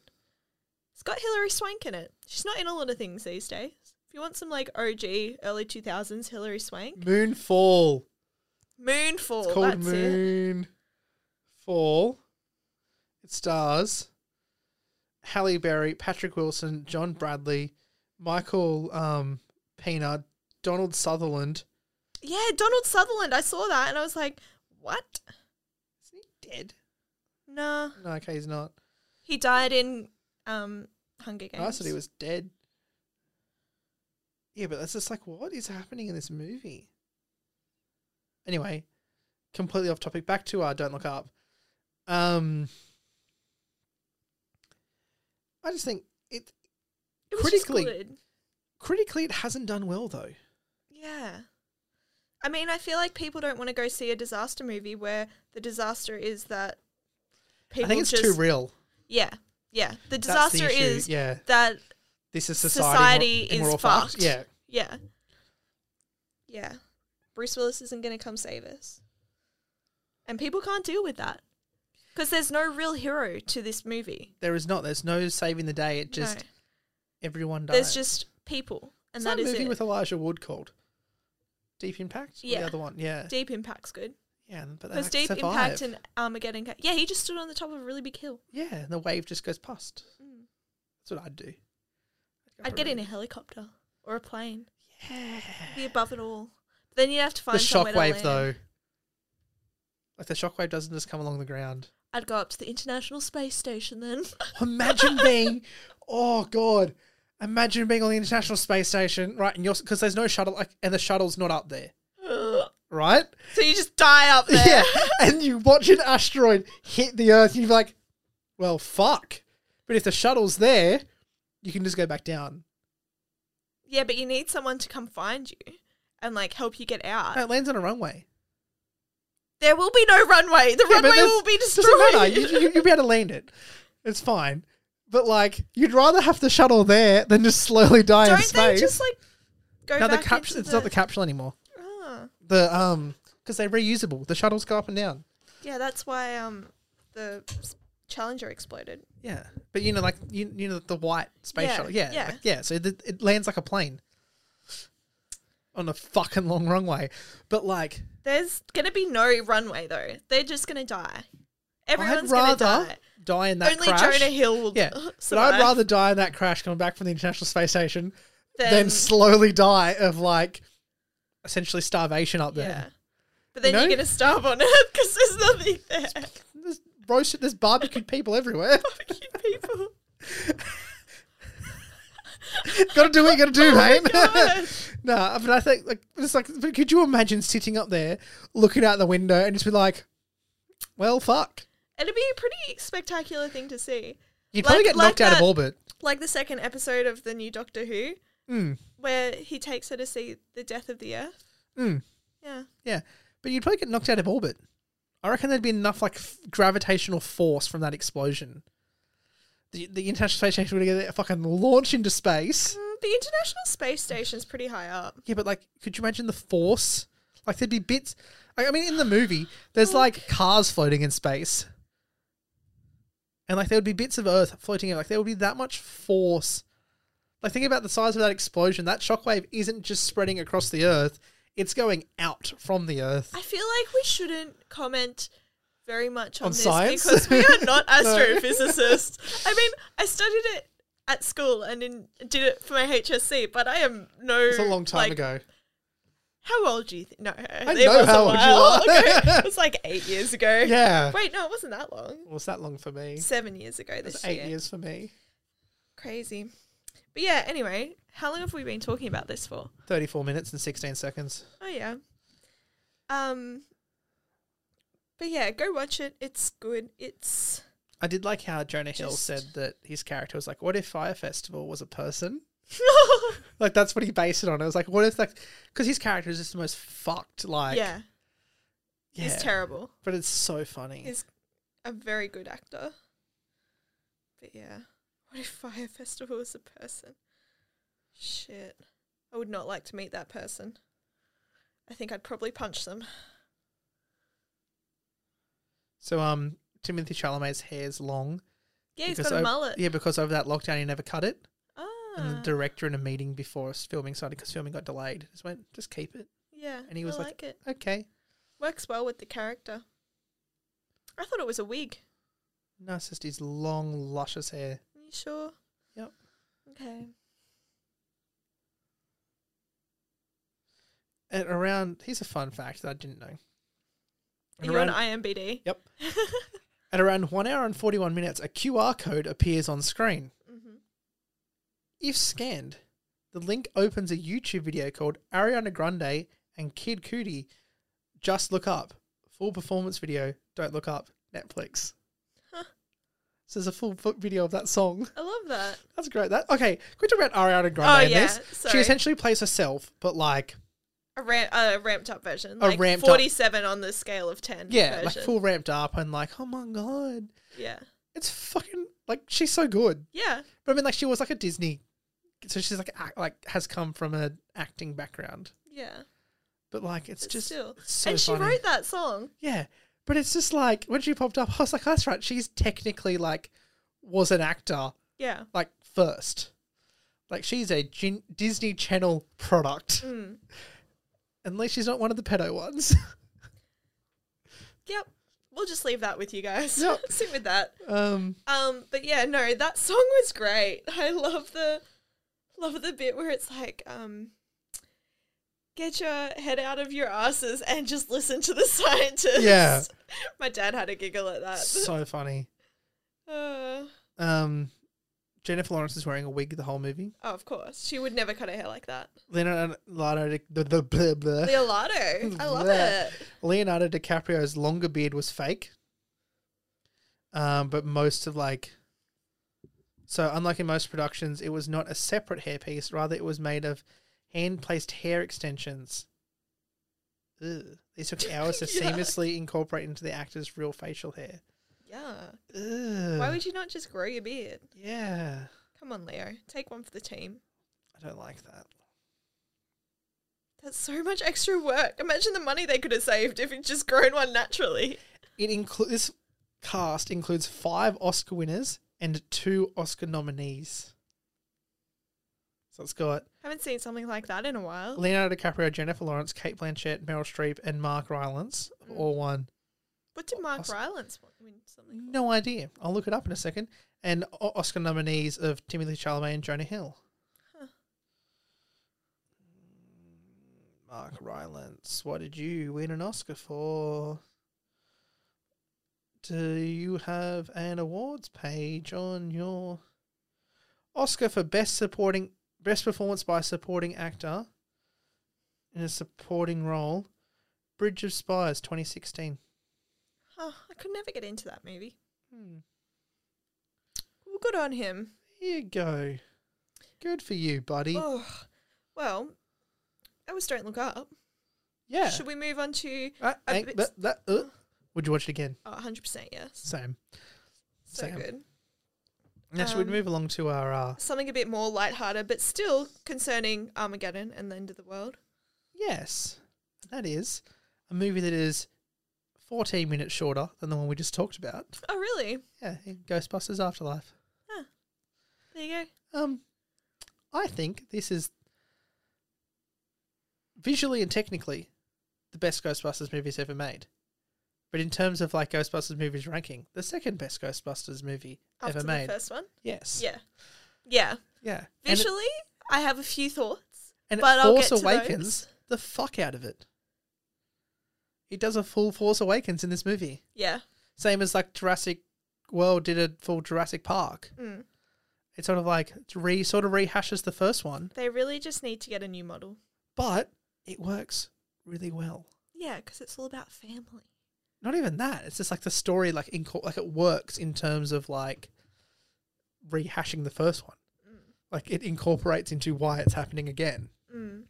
S2: It's got Hilary Swank in it. She's not in a lot of things these days. If you want some like OG early 2000s Hilary Swank,
S1: Moonfall.
S2: Moonfall.
S1: It's called
S2: that's it.
S1: Moonfall. It stars Halle Berry, Patrick Wilson, John Bradley, Michael um, Pena, Donald Sutherland.
S2: Yeah, Donald Sutherland. I saw that and I was like, what?
S1: Isn't he dead?
S2: Nah.
S1: No, okay, he's not.
S2: He died in um Hunger Games.
S1: I said he was dead. Yeah, but that's just like, what is happening in this movie? Anyway, completely off topic. Back to our Don't Look Up. Um, I just think it
S2: It was just
S1: critically-
S2: good.
S1: critically it hasn't done well though.
S2: Yeah. I mean, I feel like people don't want to go see a disaster movie where the disaster is that people
S1: I think it's
S2: just
S1: too real.
S2: yeah, yeah. The
S1: That's
S2: disaster
S1: the issue.
S2: is
S1: yeah.
S2: that
S1: This is
S2: society
S1: society, and we're- and we're
S2: is
S1: all fucked.
S2: fucked.
S1: Yeah,
S2: yeah, yeah. Bruce Willis isn't going to come save us, and people can't deal with that because there's no real hero to this movie.
S1: there is not. There's no saving the day. It
S2: No.
S1: just everyone dies.
S2: there's just people,
S1: What's
S2: and that is
S1: movie
S2: it.
S1: with Elijah Wood called Deep Impact. Or
S2: Yeah.
S1: the other one. Yeah,
S2: Deep Impact's good
S1: yeah. But they
S2: because
S1: like
S2: Deep
S1: survive.
S2: Impact and Armageddon. ca- Yeah, he just stood on the top of a really big hill.
S1: yeah, and the wave just goes past. That's what I'd do. go
S2: I'd
S1: for
S2: get
S1: a
S2: in a
S1: rip.
S2: helicopter or a plane. Be
S1: Yeah.
S2: above it all. Then you'd have to
S1: The
S2: find somewhere to
S1: shockwave
S2: land.
S1: though. Like the shockwave doesn't just come along the ground.
S2: I'd go up to the International Space Station then.
S1: Imagine being, oh god, imagine being on the International Space Station, right? And you're because there's no shuttle, like, and the shuttle's not up there,
S2: so
S1: right?
S2: you just die up there.
S1: Yeah, and you watch an asteroid hit the Earth, and you're like, well, fuck. But if the shuttle's there, you can just go back down.
S2: Yeah, but you need someone to come find you and like help you get out.
S1: No, it lands on a runway.
S2: there will be no runway. The
S1: Yeah, but
S2: runway
S1: that's-
S2: will be
S1: Doesn't matter. You,
S2: destroyed.
S1: you, you'll be able to land it. It's fine. But like, you'd rather have the shuttle there than just slowly die in
S2: Don't they
S1: space.
S2: just like go
S1: no, the
S2: back
S1: capsule.
S2: into
S1: It's not the capsule anymore.
S2: Ah.
S1: the um because they're reusable. The shuttles go up and down.
S2: Yeah, that's why um the s- Challenger exploded.
S1: Yeah, but you know, like you you know the white space
S2: Yeah,
S1: shuttle. Yeah,
S2: yeah.
S1: like, yeah. So the, it lands like a plane on a fucking long runway. But like,
S2: There's gonna be no runway though. They're just gonna die. Everyone's
S1: I'd rather
S2: gonna die.
S1: die in that
S2: Only
S1: crash.
S2: Jonah Hill will
S1: yeah, but
S2: survive
S1: I'd rather die in that crash coming back from the International Space Station
S2: than,
S1: than, slowly die of like essentially starvation up
S2: yeah.
S1: there.
S2: But then
S1: You
S2: you're
S1: know?
S2: gonna starve on Earth because there's nothing there.
S1: There's roasted, there's barbecued people everywhere.
S2: Fuck you people.
S1: gotta do what you gotta do, mate.
S2: Oh God.
S1: no, but I think like it's like but could you imagine sitting up there looking out the window and just be like, Well fuck.
S2: It'd be a pretty spectacular thing to see.
S1: You'd
S2: Like-
S1: probably get
S2: like
S1: knocked out of
S2: that-
S1: orbit.
S2: Like the second episode of the new Doctor Who,
S1: Mm,
S2: where he takes her to see the death of the Earth.
S1: mm,
S2: Yeah.
S1: yeah. But you'd probably get knocked out of orbit. I reckon there'd be enough like f- gravitational force from that explosion. The, the International Space Station would get fucking launched into space.
S2: Mm, the International Space Station's pretty high up.
S1: Yeah, but like, could you imagine the force? Like, there'd be bits. Like, I mean, in the movie, there's like cars floating in space, and like there would be bits of Earth floating. in. Like, there would be that much force. Like, think about the size of that explosion. That shockwave isn't just spreading across the Earth; it's going out from the Earth.
S2: I feel like we shouldn't comment very much on,
S1: On
S2: this
S1: science?
S2: because we are not
S1: No.
S2: astrophysicists. I mean, I studied it at school and in, did it for my HSC, but I am no.
S1: It's a long time
S2: like,
S1: ago.
S2: How old do you think? No,
S1: I
S2: it
S1: know
S2: was
S1: how
S2: a
S1: old you
S2: while
S1: are.
S2: ago. It was like eight years ago.
S1: Yeah.
S2: Wait, no, it wasn't that long.
S1: Well, it's that long for me.
S2: Seven years ago this
S1: It's eight
S2: year.
S1: years for me.
S2: Crazy. But yeah, anyway, how long have we been talking about this for?
S1: Thirty-four minutes and sixteen seconds.
S2: Oh yeah. Um But yeah, go watch it. It's good. It's
S1: I did like how Jonah Hill
S2: Just-
S1: said that his character was like, "What if Fire Festival was a person?" Like that's what he based it on. It was like, what if like, because his character is just the most fucked. Like,
S2: yeah,
S1: yeah.
S2: he's terrible.
S1: But it's so funny.
S2: He's a very good actor. But yeah. What if Fire Festival was a person? Shit. I would not like to meet that person. I think I'd probably punch them.
S1: so um, Timothy Chalamet's hair's long.
S2: Yeah, he's
S1: Because
S2: got a
S1: I-
S2: mullet.
S1: Yeah, because over that lockdown, he never cut it. And
S2: Ah,
S1: the director in a meeting before us filming started because filming got delayed. Just went, just keep it.
S2: yeah.
S1: and he was
S2: I
S1: like-
S2: like it.
S1: Okay.
S2: Works well with the character. I thought it was a wig.
S1: Narcissist is long, luscious hair.
S2: Are you sure?
S1: Yep.
S2: Okay.
S1: And around, here's a fun fact that I didn't know.
S2: Are
S1: And
S2: you on
S1: around,
S2: IMBD?
S1: Yep. at around 1 hour and 41 minutes, a QR code appears on screen.
S2: hmm
S1: If scanned, the link opens a YouTube video called Ariana Grande and Kid Cudi. Just look up. Full performance video. Don't look up. Netflix.
S2: Huh.
S1: So there's a full vo- video of that song.
S2: I love that.
S1: That's great. That okay. Can we talk about Ariana Grande
S2: Oh,
S1: in
S2: yeah.
S1: this? She
S2: Sorry.
S1: essentially plays herself, but like
S2: A, ram- a ramped up version.
S1: A
S2: like
S1: ramped up-
S2: 47 on the scale of 10
S1: yeah, like
S2: version.
S1: full ramped up and like oh my god,
S2: yeah.
S1: it's fucking like she's so good.
S2: Yeah.
S1: But I mean, like she was like a Disney, so she's like act, like has come from an acting background.
S2: Yeah.
S1: But like it's
S2: But
S1: just
S2: still.
S1: it's so
S2: and she
S1: funny.
S2: wrote that song.
S1: Yeah. But it's just like when she popped up, I was like, "Oh, that's right. She's technically like was an actor
S2: Yeah.
S1: like first. Like she's a Gin- Disney Channel product.
S2: Mm.
S1: At least she's not one of the pedo ones.
S2: Yep. We'll just leave that with you guys.
S1: Yep.
S2: Sit with that.
S1: um,
S2: Um, but yeah, no, that song was great. I love the love the bit where it's like, um, get your head out of your asses and just listen to the scientists.
S1: Yeah.
S2: My dad had a giggle at that.
S1: so funny.
S2: Uh,
S1: Um, Jennifer Lawrence is wearing a wig the whole movie.
S2: oh, of course. She would never cut her hair like that.
S1: Leonardo, Leonardo, Di- the, the, blah, blah.
S2: Leonardo. I love
S1: Yeah.
S2: it.
S1: Leonardo DiCaprio's longer beard was fake. Um, but most of like so unlike in most productions, it was not a separate hairpiece, rather it was made of hand placed hair extensions. Ugh. These took hours to
S2: Yeah.
S1: seamlessly incorporate into the actor's real facial hair.
S2: Yeah.
S1: Ugh.
S2: Why would you not just grow your beard?
S1: Yeah.
S2: Come on, Leo. Take one for the team.
S1: I don't like that.
S2: That's so much extra work. Imagine the money they could have saved if he'd just grown one naturally.
S1: It includes this cast includes five Oscar winners and two Oscar nominees. So it's got
S2: Haven't seen something like that in a while.
S1: Leonardo DiCaprio, Jennifer Lawrence, Kate Blanchett, Meryl Streep, and Mark Rylance
S2: Mm.
S1: all won.
S2: What did Mark
S1: Os-
S2: Rylance wa- win something? for?
S1: No idea. I'll look it up in a second. And o- Oscar nominees of Timothy Chalamet and Jonah Hill.
S2: Huh.
S1: Mark Rylance, what did you win an Oscar for? Do you have an awards page on your Oscar for best supporting best performance by a supporting actor in a supporting role? Bridge of Spies, 2016.
S2: Oh, I could never get into that movie.
S1: Hmm.
S2: Well, good on him.
S1: There you go. Good for you, buddy.
S2: Oh, well, that was Don't Look Up.
S1: yeah.
S2: Should we move on to
S1: Uh,
S2: a
S1: hey,
S2: bit-
S1: that- that- uh, would you watch it again?
S2: oh, 100% yes?
S1: Same.
S2: So
S1: Sam.
S2: good.
S1: Now, should
S2: Um,
S1: we move along to our. Uh,
S2: Something a bit more lighthearted, but still concerning Armageddon and the end of the world.
S1: yes. That is a movie that is 14 minutes shorter than the one we just talked about.
S2: Oh, really?
S1: Yeah, Ghostbusters Afterlife.
S2: There you go.
S1: Um, I think this is visually and technically the best Ghostbusters movies ever made. But in terms of like Ghostbusters movies ranking, the second best Ghostbusters movie
S2: After
S1: ever
S2: the
S1: made.
S2: first one.
S1: Yes.
S2: Yeah. Yeah.
S1: Yeah. And it-
S2: Visually, I have a few thoughts.
S1: And
S2: But
S1: it
S2: I'll
S1: Force
S2: get to
S1: Awakens
S2: those.
S1: the fuck out of it. It does a full Force Awakens in this movie.
S2: Yeah.
S1: Same as like Jurassic World did a full Jurassic Park.
S2: Mm.
S1: It sort of like it's re sort of rehashes the first one,
S2: They really just need to get a new model.
S1: but it works really well.
S2: Yeah, because it's all about family.
S1: Not even that. It's just like the story like in like it works in terms of like rehashing the first one. Like it incorporates into why it's happening again.
S2: Mm.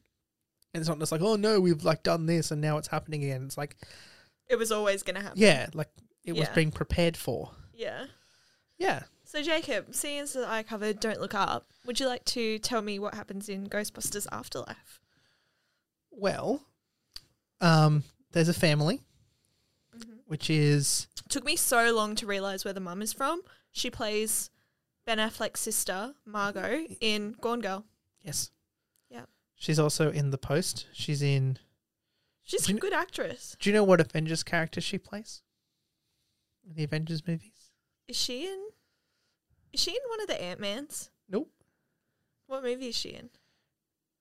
S1: And it's not just like, oh no, we've like done this and now it's happening again. It's like,
S2: It was always going to happen.
S1: yeah, like it was
S2: Yeah.
S1: being prepared for.
S2: Yeah.
S1: Yeah.
S2: So, Jacob, seeing as that I covered Don't Look Up, would you like to tell me what happens in Ghostbusters Afterlife?
S1: Well, um, there's a family,
S2: Mhm.
S1: which is
S2: Took me so long to realize where the mum is from. She plays Ben Affleck's sister, Margot, in Gone Girl.
S1: Yes.
S2: Yeah.
S1: She's also in The Post. She's in.
S2: She's
S1: Do
S2: a
S1: you kn-
S2: good actress.
S1: Do you know what Avengers character she plays? In the Avengers movies?
S2: Is she in? Is she in one of the Ant Mans?
S1: Nope.
S2: What movie is she in?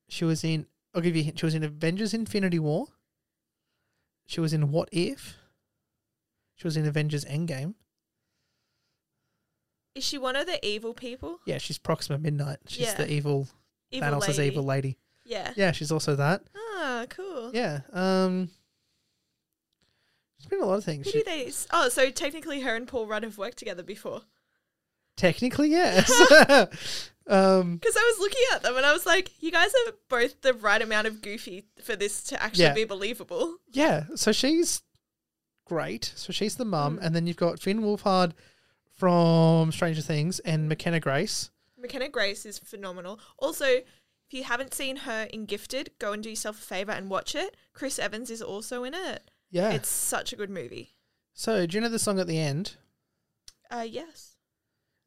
S1: She was in. I'll give you a hint. She was in Avengers Infinity War. She was in What If. She was in Avengers Endgame.
S2: Is she one of the evil people?
S1: Yeah, she's Proxima Midnight. She's
S2: Yeah.
S1: the evil,
S2: Evil
S1: Thanos'
S2: lady.
S1: evil lady.
S2: Yeah.
S1: Yeah, she's also that.
S2: Ah, cool.
S1: Yeah. Um She's been in a lot of things.
S2: Who
S1: She-
S2: do they? s- Oh, so technically, her and Paul Rudd have worked together before.
S1: technically, yes. um
S2: Because I was looking at them and I was like, you guys are both the right amount of goofy for this to actually
S1: Yeah.
S2: be believable.
S1: yeah, so she's great. So she's the mum,
S2: Mm.
S1: and then you've got Finn Wolfhard from Stranger Things and McKenna Grace.
S2: McKenna Grace is phenomenal. Also, if you haven't seen her in Gifted, go and do yourself a favor and watch it. Chris Evans is also in it.
S1: Yeah.
S2: It's such a good movie.
S1: so do you know the song at the end?
S2: Uh, yes,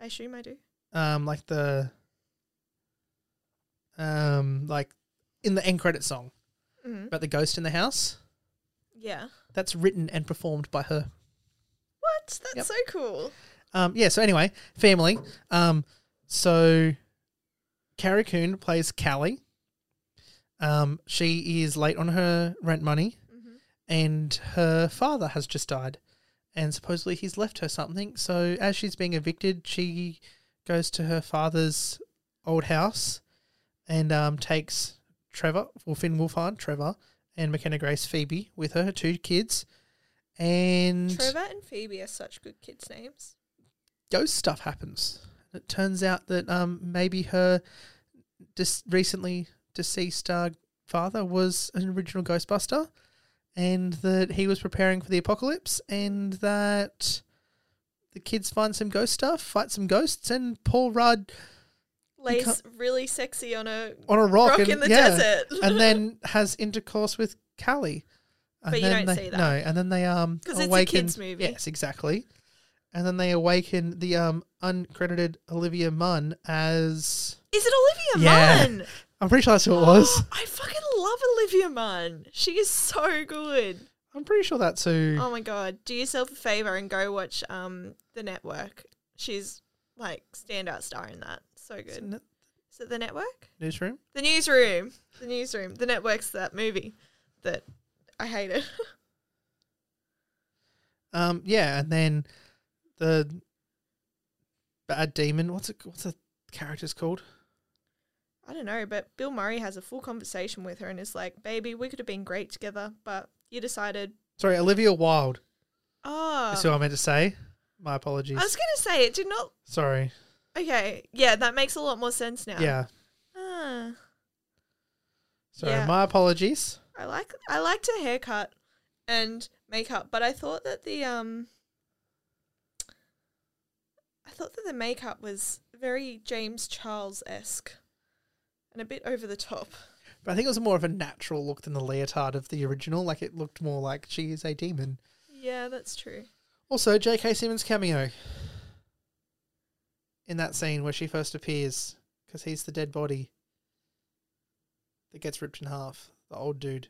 S2: I assume I do.
S1: Um like the um like in the end credit song
S2: Mm.
S1: about the ghost in the house?
S2: Yeah.
S1: That's written and performed by her.
S2: What? That's
S1: Yep.
S2: so cool.
S1: Um, yeah, so anyway, family. Um, so Carrie Coon plays Callie. Um, she is late on her rent money,
S2: Mm-hmm.
S1: and her father has just died. And supposedly he's left her something. So as she's being evicted, she goes to her father's old house and um, takes Trevor, well, Finn Wolfhard, Trevor, and McKenna Grace Phoebe with her, her two kids. And
S2: Trevor and Phoebe are such good kids' names.
S1: ghost stuff happens. It turns out that um, maybe her dis- recently deceased uh, father was an original Ghostbuster, and that he was preparing for the apocalypse, and that the kids find some ghost stuff, fight some ghosts, and Paul Rudd
S2: Lays really sexy on a
S1: on a rock,
S2: rock,
S1: and,
S2: in the
S1: yeah,
S2: desert.
S1: and then has intercourse with Callie. And
S2: But you
S1: then
S2: don't
S1: they,
S2: see that.
S1: No, and then they um
S2: 'Cause it's a
S1: awaken-
S2: kids' movie.
S1: Yes, exactly. And then they awaken the um uncredited Olivia Munn as
S2: Is it Olivia
S1: Yeah.
S2: Munn?
S1: I'm pretty sure that's who it was.
S2: I fucking love Olivia Munn. She is so good.
S1: I'm pretty sure that's who.
S2: Oh my god. Do yourself a favor and go watch um The Network. She's like standout star in that. So
S1: it's
S2: good.
S1: in the
S2: Is it The Network?
S1: newsroom.
S2: The Newsroom. The Newsroom. The Network's that movie that I hated.
S1: Um, yeah, and then the bad demon. What's it? What's the character's called?
S2: I don't know, but Bill Murray has a full conversation with her and is like, "Baby, we could have been great together, but you decided."
S1: Sorry, Olivia Wilde.
S2: Oh,
S1: That's who I meant to say. My
S2: I
S1: apologies.
S2: was gonna say it did not.
S1: Sorry.
S2: Okay, yeah, that makes a lot more sense now.
S1: Yeah.
S2: Ah.
S1: Sorry.
S2: Yeah.
S1: My apologies.
S2: I like I liked her haircut and makeup, but I thought that the um I thought that the makeup was very James Charles esque and a bit over the top.
S1: But I think it was more of a natural look than the leotard of the original. Like it looked more like she is a demon.
S2: Yeah, that's true.
S1: Also, J.K. Simmons cameo in that scene where she first appears because he's the dead body that gets ripped in half. The old dude,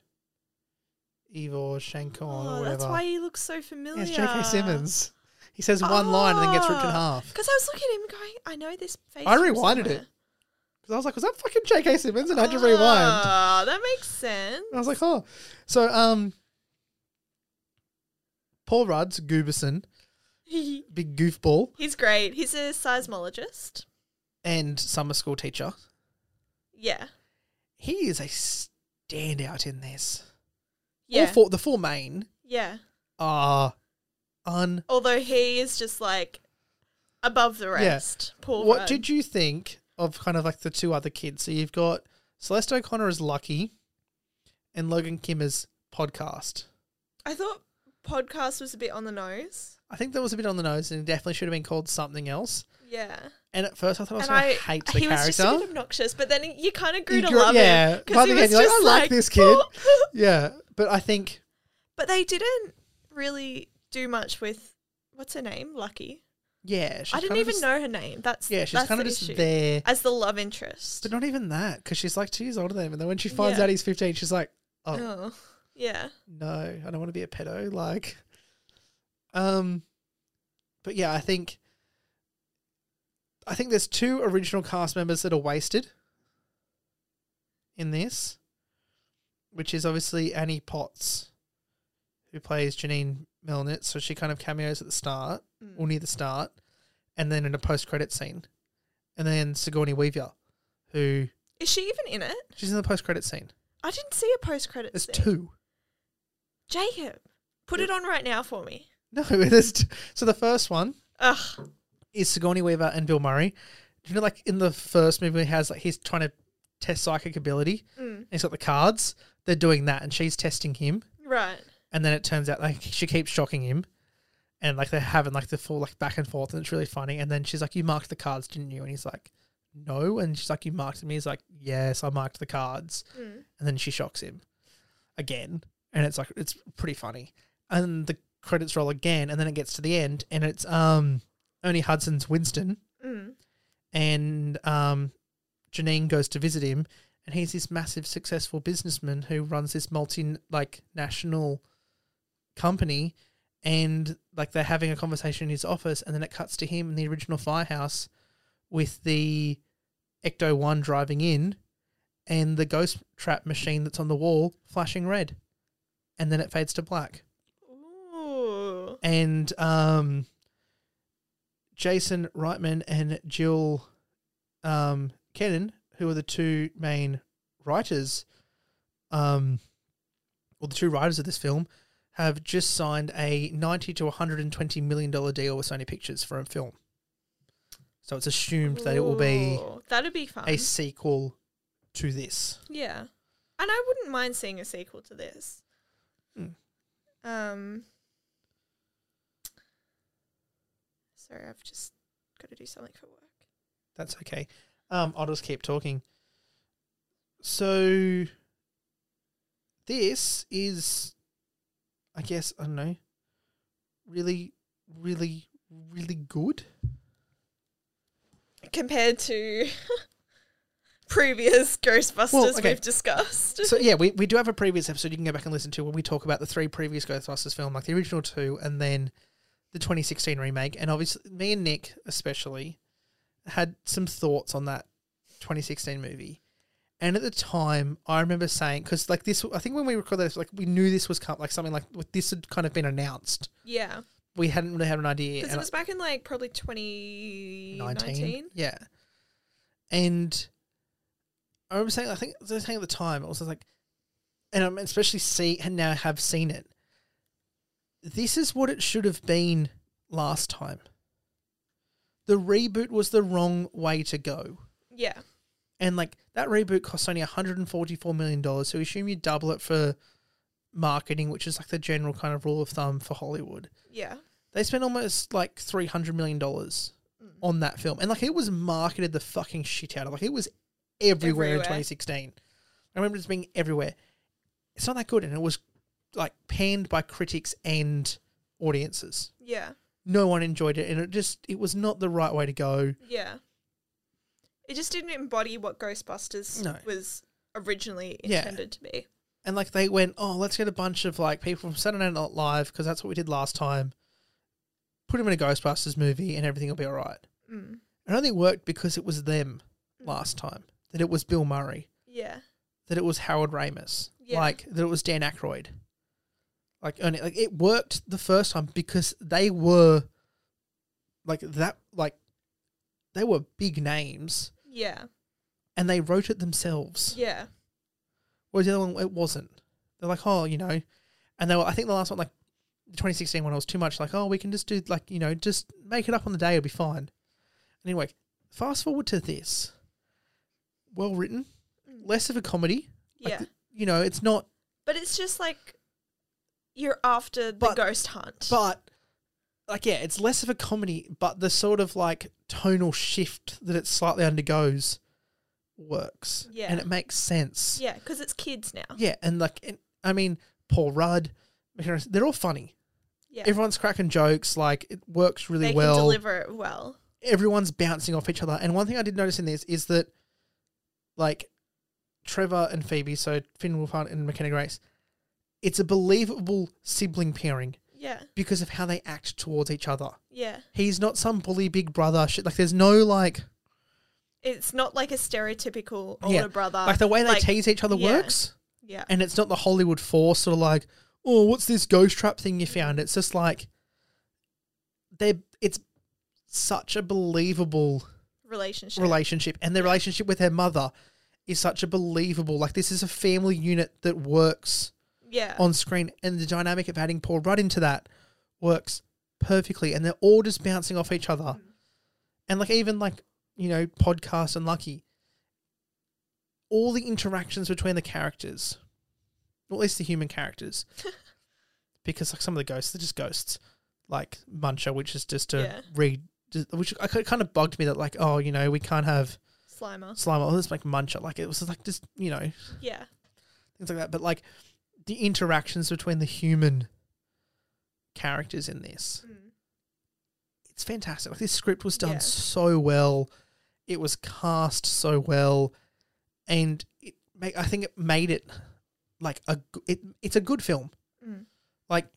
S1: Ivor Shankon or
S2: Oh,
S1: whatever.
S2: that's why he looks so familiar.
S1: yeah, it's J.K. Simmons. He says one line and then gets ripped in
S2: Oh.
S1: half.
S2: Because I was looking at him going, I know this face.
S1: I
S2: from
S1: rewinded it.
S2: somewhere."
S1: Because I was like, was that fucking J.K. Simmons? And I had to rewind.
S2: Ah, that makes sense.
S1: And I was like, oh. So, um, Paul Rudd's Gooberson, big goofball,
S2: He's great. He's a seismologist.
S1: and summer school teacher.
S2: Yeah.
S1: He is a standout in this. All
S2: Yeah.
S1: four, the four main
S2: Yeah.
S1: are un.
S2: Although he is just like above the rest. Paul
S1: what
S2: Rudd.
S1: did you think of kind of like the two other kids? So you've got Celeste O'Connor as Lucky, and Logan Kim as Podcast.
S2: I thought podcast was a bit on the nose.
S1: I think that was a bit on the nose, and it definitely should have been called something else.
S2: Yeah.
S1: And at first, I thought Oh, I was
S2: and
S1: going
S2: I
S1: to hate the
S2: he was just a
S1: character.
S2: bit obnoxious, but then you kind of grew
S1: You
S2: to
S1: grew-
S2: love
S1: yeah.
S2: him.
S1: By
S2: because
S1: the end,
S2: he was
S1: you're like,
S2: just
S1: "I like this kid." Yeah, but I think
S2: but they didn't really do much with what's her name, Lucky.
S1: Yeah, she's
S2: I didn't
S1: kind of
S2: even
S1: just-
S2: know her name. That's
S1: Yeah, she's
S2: that's
S1: kind of
S2: the
S1: just
S2: issue.
S1: there,
S2: as the love interest.
S1: but not even that because she's like two years older than him. And then when she finds
S2: Yeah.
S1: out he's fifteen, she's like, "Oh,
S2: oh, yeah,
S1: no, I don't want to be a pedo. Like, um, but yeah, I think, I think there's two original cast members that are wasted in this, which is obviously Annie Potts, who plays Janine Melnitz. So she kind of cameos at the start
S2: Mm.
S1: or near the start, and then in a post credit scene, and then Sigourney Weaver, who
S2: is she even in it?
S1: she's in the post credit scene.
S2: I didn't see a post credit.
S1: There's two.
S2: Jacob, put it on right now for me.
S1: No, there's t- so the first one
S2: Ugh.
S1: is Sigourney Weaver and Bill Murray. Do you know, like in the first movie, he has like he's trying to test psychic ability.
S2: Mm.
S1: He's got the cards. They're doing that, and she's testing him.
S2: Right.
S1: And then it turns out like she keeps shocking him, and like they're having like the full like back and forth, and it's really funny. And then she's like, "You marked the cards, didn't you?" And he's like, "No." And she's like, "You marked me." He's like, "Yes, I marked the cards."
S2: Mm.
S1: And then she shocks him again, and it's like it's pretty funny. And the credits roll again, and then it gets to the end, and it's um Ernie Hudson's Winston
S2: Mm.
S1: and um, Janine goes to visit him, and he's this massive, successful businessman who runs this multi like national company, and like they're having a conversation in his office, and then it cuts to him in the original firehouse with the Ecto One driving in, and the ghost trap machine that's on the wall flashing red, and then it fades to black
S2: Ooh.
S1: and um, Jason Reitman and Jill um, Kennan, who are the two main writers, um, or the two writers of this film, have just signed a ninety to one hundred and twenty million dollar deal with Sony Pictures for a film. So it's assumed that it will be
S2: Ooh, That'd be fun.
S1: a sequel to this.
S2: Yeah. And I wouldn't mind seeing a sequel to this.
S1: Mm.
S2: Um Sorry, I've just got to do something for work.
S1: That's okay. Um, I'll just keep talking. So, this is, I guess, I don't know, really, really, really good.
S2: Compared to previous Ghostbusters
S1: okay.
S2: we've discussed.
S1: So, yeah, we, we do have a previous episode you can go back and listen to where we talk about the three previous Ghostbusters film, like the original two, and then the 2016 remake. And obviously, me and Nick, especially, had some thoughts on that 2016 movie. And at the time, I remember saying because like this, I think when we recorded this, like we knew this was com- like something like with- this had kind of been announced.
S2: yeah.
S1: We hadn't really had an idea.
S2: Because
S1: and I-
S2: it was back in like probably 2019.
S1: yeah. And I remember saying, I think I was saying at the time, I was just like, and I'm especially see and now have seen it. This is what it should have been last time. The reboot was the wrong way to go.
S2: Yeah.
S1: And like that reboot costs only $144 million. So assume you double it for marketing, which is like the general kind of rule of thumb for Hollywood
S2: Yeah.
S1: they spent almost like three hundred million dollars on that film, and like it was marketed the fucking shit out of. Like it was everywhere, in
S2: Everywhere.
S1: twenty sixteen. I remember it being everywhere. It's not that good, and it was like panned by critics and audiences.
S2: Yeah.
S1: No one enjoyed it, and it just it was not the right way to go.
S2: Yeah. It just didn't embody what Ghostbusters
S1: No.
S2: was originally
S1: Yeah.
S2: intended to be.
S1: And like they went, oh, let's get a bunch of like people from Saturday Night Live because that's what we did last time. Put them in a Ghostbusters movie, and everything will be all right.
S2: Mm.
S1: It only worked because it was them last time. That it was Bill Murray.
S2: Yeah.
S1: That it was Howard Ramus.
S2: Yeah.
S1: Like that it was Dan Aykroyd. Like and it, like it worked the first time because they were like that like they were big names
S2: Yeah.
S1: and they wrote it themselves.
S2: Yeah.
S1: Whereas the other one it wasn't. They're like, oh, you know, and they were I think the last one like the 2016 one was too much like oh we can just do like you know just make it up on the day it'll be fine. Anyway, fast forward to this. Well written, less of a comedy. Like
S2: Yeah.
S1: th- you know, it's not,
S2: but it's just like you're after the
S1: But-
S2: ghost hunt.
S1: but like, yeah, it's less of a comedy, but the sort of like tonal shift that it slightly undergoes works.
S2: Yeah.
S1: And it makes sense.
S2: yeah, because it's kids now.
S1: Yeah, and like, and, I mean, Paul Rudd, McHenry- they're all funny.
S2: Yeah.
S1: Everyone's cracking jokes. Like it works really
S2: they
S1: well.
S2: can deliver it well.
S1: everyone's bouncing off each other. And one thing I did notice in this is that, like, Trevor and Phoebe, so Finn Wolfhard and McKenna Grace, it's a believable sibling pairing
S2: Yeah.
S1: because of how they act towards each other.
S2: Yeah.
S1: He's not some bully big brother shit. Like, there's no like,
S2: It's not like a stereotypical older
S1: Yeah,
S2: brother.
S1: like the way they
S2: Uh, like,
S1: tease each other
S2: yeah.
S1: works,
S2: Yeah.
S1: and it's not the Hollywood force sort of like, oh, what's this ghost trap thing you found? It's just like, they it's such a believable
S2: Relationship.
S1: relationship and their relationship with their mother is such a believable like this is a family unit that works
S2: yeah.
S1: on screen and the dynamic of adding paul rudd into that works perfectly and they're all just bouncing off each other and like even like you know podcast and lucky all the interactions between the characters or at least the human characters because like some of the ghosts they're just ghosts like muncher which is just a
S2: Yeah.
S1: read which I kind of bugged me that like oh you know we can't have
S2: Slimer.
S1: slime or let's make muncher like it was like just you know
S2: Yeah.
S1: things like that. But like the interactions between the human characters in this,
S2: Mm.
S1: it's fantastic. Like this script was done
S2: Yeah.
S1: so well, it was cast so well, and it make, I think it made it like a g- it, it's a good film.
S2: Mm.
S1: Like,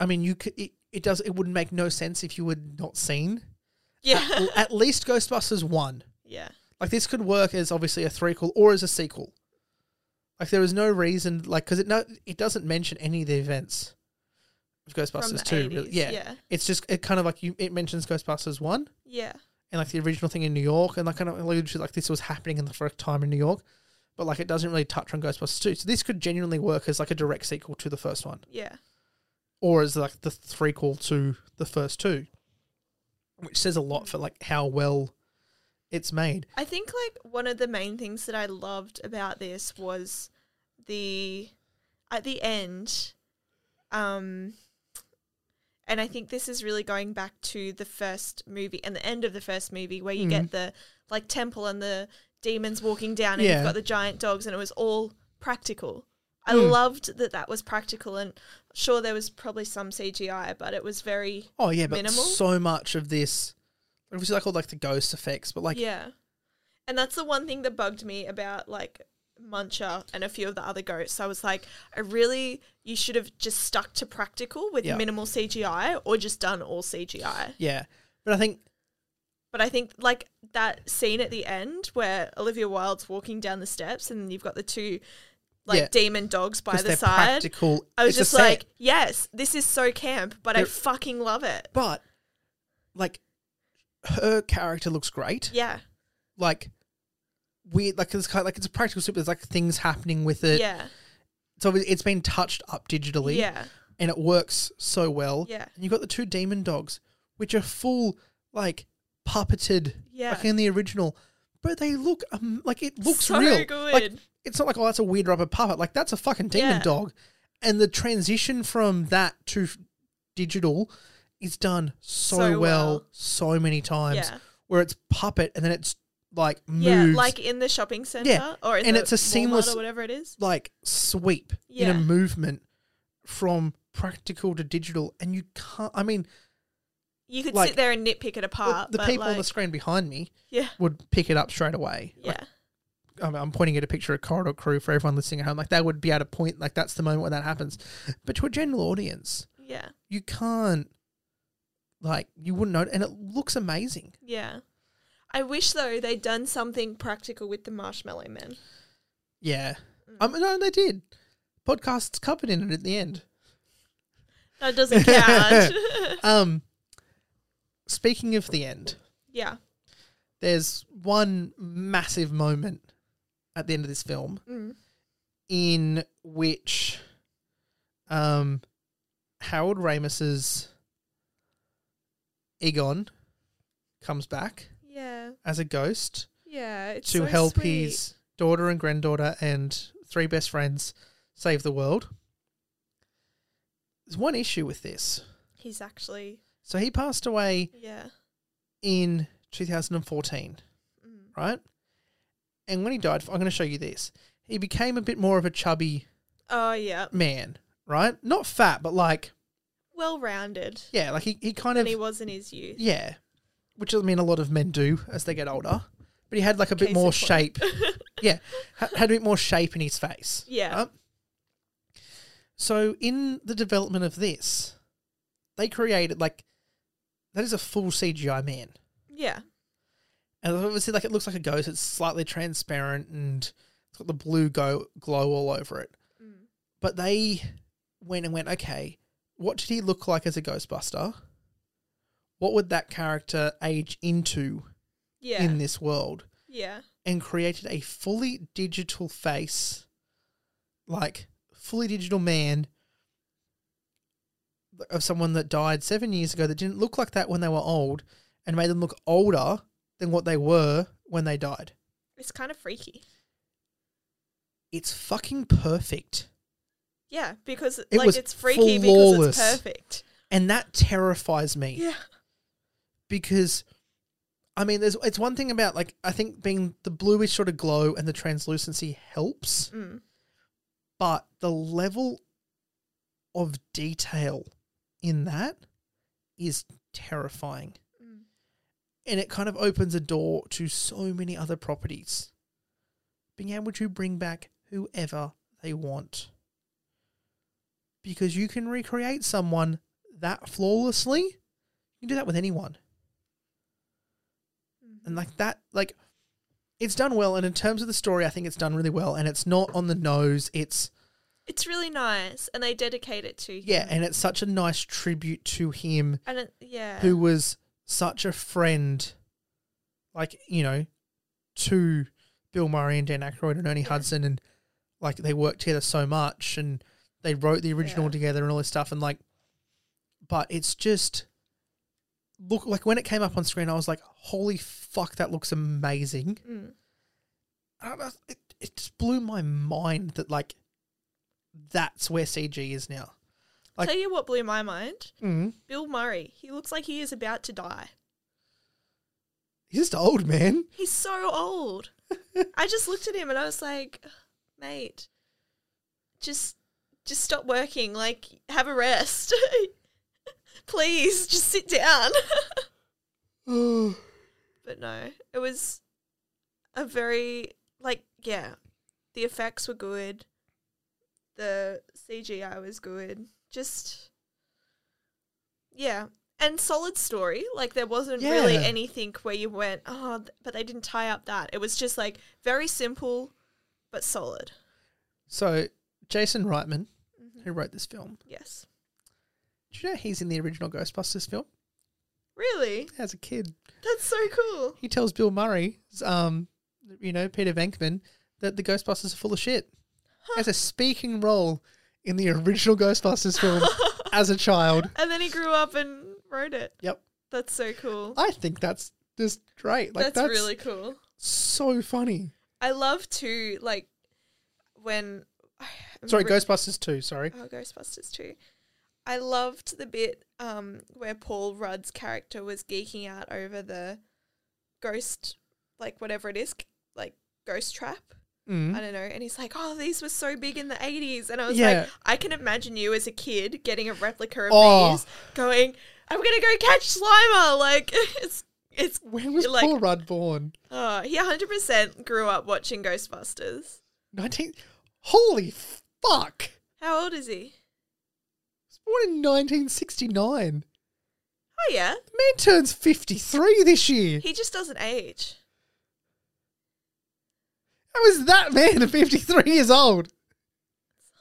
S1: I mean, you could it, it does it would make no sense if you had not seen
S2: Yeah.
S1: at least Ghostbusters one.
S2: yeah.
S1: Like this could work as obviously a threequel or as a sequel. Like there is no reason, like because it no, it doesn't mention any of the events of
S2: From the
S1: Ghostbusters two.
S2: 80s.
S1: Really, yeah.
S2: Yeah.
S1: it's just it kind of like you it mentions Ghostbusters one
S2: Yeah.
S1: and like the original thing in New York and like kind of alludes to like this was happening in the first time in New York, but like it doesn't really touch on Ghostbusters two. So this could genuinely work as like a direct sequel to the first one
S2: Yeah.
S1: or as like the threequel to the first two, which says a lot for like how well it's made.
S2: I think like one of the main things that I loved about this was the at the end um and I think this is really going back to the first movie and the end of the first movie where you
S1: Mm.
S2: get the like temple and the demons walking down and
S1: Yeah.
S2: you've got the giant dogs and it was all practical. I
S1: Mm.
S2: loved that that was practical and sure there was probably some CGI but it was very
S1: Oh yeah, but
S2: minimal.
S1: so much of this, obviously, like all like the ghost effects, but like
S2: yeah and that's the one thing that bugged me about like muncher and a few of the other ghosts i was like i really you should have just stuck to practical with
S1: Yeah.
S2: minimal cgi or just done all cgi
S1: yeah. But I think
S2: but i think like that scene at the end where olivia wilde's walking down the steps and you've got the two like
S1: Yeah.
S2: demon dogs by
S1: 'cause
S2: the
S1: they're
S2: side
S1: practical,
S2: i was
S1: it's a
S2: just like
S1: set,
S2: yes this is so camp but i
S1: They're-
S2: fucking love it
S1: but like her character looks great.
S2: yeah
S1: Like weird, like it's kind of, like it's a practical super. There's like things happening with it.
S2: yeah
S1: So it- it's been touched up digitally,
S2: yeah
S1: and it works so well.
S2: Yeah.
S1: and you've got the two demon dogs, which are full like puppeted,
S2: Yeah.
S1: like in the original. But they look um, like it looks
S2: so
S1: real.
S2: good
S1: Like, it's not like oh that's a weird rubber puppet like that's a fucking demon
S2: Yeah.
S1: dog and the transition from that to f- digital is done so,
S2: So
S1: well,
S2: well.
S1: so many times
S2: Yeah.
S1: where it's puppet and then it's like moves
S2: Yeah, like in the shopping center or in
S1: and
S2: the
S1: it's a
S2: Walmart
S1: seamless-
S2: or whatever it is.
S1: like sweep in
S2: Yeah.
S1: a movement from practical to digital and you can't i mean
S2: You could
S1: like-
S2: sit there and nitpick it
S1: the-
S2: apart.
S1: the
S2: Ah, but
S1: people on the
S2: like-
S1: screen behind me
S2: yeah,
S1: would pick it up straight away
S2: yeah,
S1: I'm, I'm pointing at a picture of Corridor Crew for everyone listening at home. Like, they would be at a point, like, that's the moment when that happens. But to a general audience,
S2: yeah,
S1: you can't, like, you wouldn't know. And it looks amazing.
S2: yeah. I wish though they'd done something practical with the marshmallow men.
S1: Yeah. I mean, no, they did. Podcast's covered in it at the end.
S2: That doesn't count.
S1: Um, speaking of the end,
S2: yeah,
S1: there's one massive moment at the end of this film
S2: Mm.
S1: in which um Harold Ramis's Egon comes back
S2: yeah,
S1: as a ghost
S2: yeah. It's
S1: to
S2: so
S1: help
S2: sweet.
S1: his daughter and granddaughter and three best friends save the world. There's one issue with this.
S2: He's actually
S1: So he passed away
S2: yeah,
S1: in 2014,
S2: Mm.
S1: right? And when he died, I'm going to show you this. He became a bit more of a chubby
S2: oh yeah,
S1: man, right? Not fat, but like
S2: well rounded
S1: Yeah, like he, he kind
S2: than
S1: of
S2: he was in his youth.
S1: yeah, which I mean a lot of men do as they get older. But he had like a bit
S2: Case in
S1: more
S2: point.
S1: shape. yeah, ha- had a bit more shape in his face.
S2: Yeah.
S1: right? So in the development of this, they created like that is a full CGI man.
S2: Yeah.
S1: And obviously, like it looks like a ghost. It's slightly transparent and it's got the blue go- glow all over it.
S2: Mm.
S1: But they went and went, okay, what did he look like as a Ghostbuster? What would that character age into
S2: Yeah.
S1: in this world?
S2: yeah.
S1: And created a fully digital face, like fully digital man of someone that died seven years ago that didn't look like that when they were old and made them look older than what they were when they died.
S2: It's kind of freaky.
S1: It's fucking perfect.
S2: Yeah, because
S1: It
S2: like
S1: was
S2: it's freaky because
S1: flawless.
S2: it's perfect.
S1: And that terrifies me.
S2: Yeah.
S1: because I mean, there's it's one thing about like I think being the bluish sort of glow and the translucency helps,
S2: Mm.
S1: but the level of detail in that is terrifying,
S2: Mm.
S1: and it kind of opens a door to so many other properties. Being able to bring back whoever they want, because you can recreate someone that flawlessly. You can do that with anyone
S2: Mhm.
S1: and like that like it's done well and in terms of the story i think it's done really well and it's not on the nose it's
S2: It's really nice, and they dedicate it to him.
S1: yeah and it's such a nice tribute to him
S2: and it, yeah,
S1: who was such a friend like you know to bill murray and dan Aykroyd and ernie
S2: Yeah.
S1: hudson and like they worked together so much and they wrote the original
S2: Yeah.
S1: together and all this stuff and like but it's just look like when it came up on screen i was like holy fuck that looks amazing
S2: Mm.
S1: I don't know, it, it just blew my mind that like that's where CG is now. Like-
S2: Tell you what blew my mind:
S1: Mm.
S2: Bill Murray. He looks like he is about to die.
S1: He's just old man.
S2: He's so old. I just looked at him and I was like, mate, just just stop working. Like, have a rest. Please, just sit down. but no, it was a very like yeah, the effects were good. The CGI was good. Just yeah. And solid story. Like there wasn't really
S1: Yeah.
S2: anything where you went, oh, th- but they didn't tie up that. It was just like very simple but solid.
S1: so Jason Reitman,
S2: Mhm.
S1: who wrote this film,
S2: Yes.
S1: do you know he's in the original Ghostbusters film
S2: Really?
S1: as a kid?
S2: That's so cool.
S1: He tells Bill Murray, um, you know Peter Venkman, that the Ghostbusters are full of shit. As a speaking role in the original Ghostbusters film as a child.
S2: and then he grew up and wrote it.
S1: Yep,
S2: That's so cool.
S1: I think that's just great. Like
S2: that's,
S1: that's
S2: really cool.
S1: so funny.
S2: I love to like when
S1: Sorry, Ghostbusters 2, sorry.
S2: Oh, Ghostbusters too. I loved the bit um, where Paul Rudd's character was geeking out over the ghost, like whatever it is, c- like ghost trap.
S1: Mm. Hmm?
S2: I don't know. And he's like, "Oh, these were so big in the '80s," and I was like,
S1: Yeah.
S2: "I can imagine you as a kid getting a replica of
S1: Oh.
S2: these, going, I'm gonna go catch Slimer.' Like it's it's
S1: When was
S2: Like-
S1: Paul Rudd born?
S2: oh, he 100 percent grew up watching Ghostbusters.
S1: 19. Holy fuck! He
S2: How old is he?
S1: was born in 1969.
S2: Oh yeah,
S1: The man turns 53 this year.
S2: he just doesn't age.
S1: How is that man at 53 years old?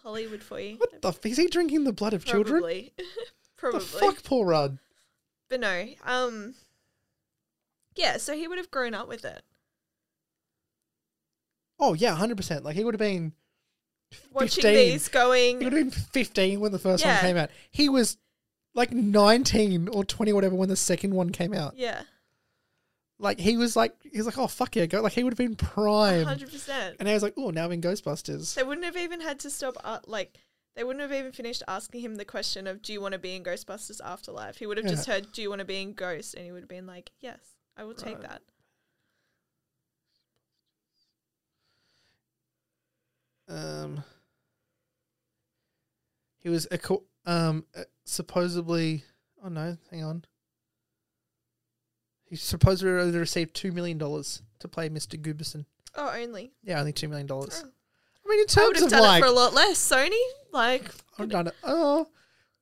S2: Hollywood for you.
S1: What the f? Is he drinking the blood of children? What
S2: Probably. Probably.
S1: The fuck, Paul Rudd?
S2: But no. Um Yeah, so he would have grown up with it.
S1: Oh, yeah, 100%. Like, he would have been.
S2: Watching
S1: 15.
S2: these
S1: He
S2: going
S1: would have been 15 when the first
S2: Yeah.
S1: one came out. He was like 19 or 20, whatever, when the second one came out.
S2: Yeah.
S1: Like, he was like, he was like, oh, fuck yeah, go. Like, he would have been prime.
S2: hundred percent.
S1: And I was like, oh, now I'm in Ghostbusters.
S2: They wouldn't have even had to stop uh, like they wouldn't have even finished asking him the question of do you want to be in Ghostbusters Afterlife? He would have just heard, Do you want to be in Ghost? And he would have been like, Yes, I will take
S1: Right.
S2: that.
S1: Um, he was a co- um uh, supposedly. Oh no, hang on. He supposedly only received two million dollars to play Mr. Gooberson.
S2: Oh, only.
S1: Yeah, only two million dollars.
S2: Oh.
S1: I mean, in
S2: I would
S1: terms
S2: have
S1: of
S2: done
S1: like,
S2: it for a lot less. Sony, like,
S1: I've done it. Oh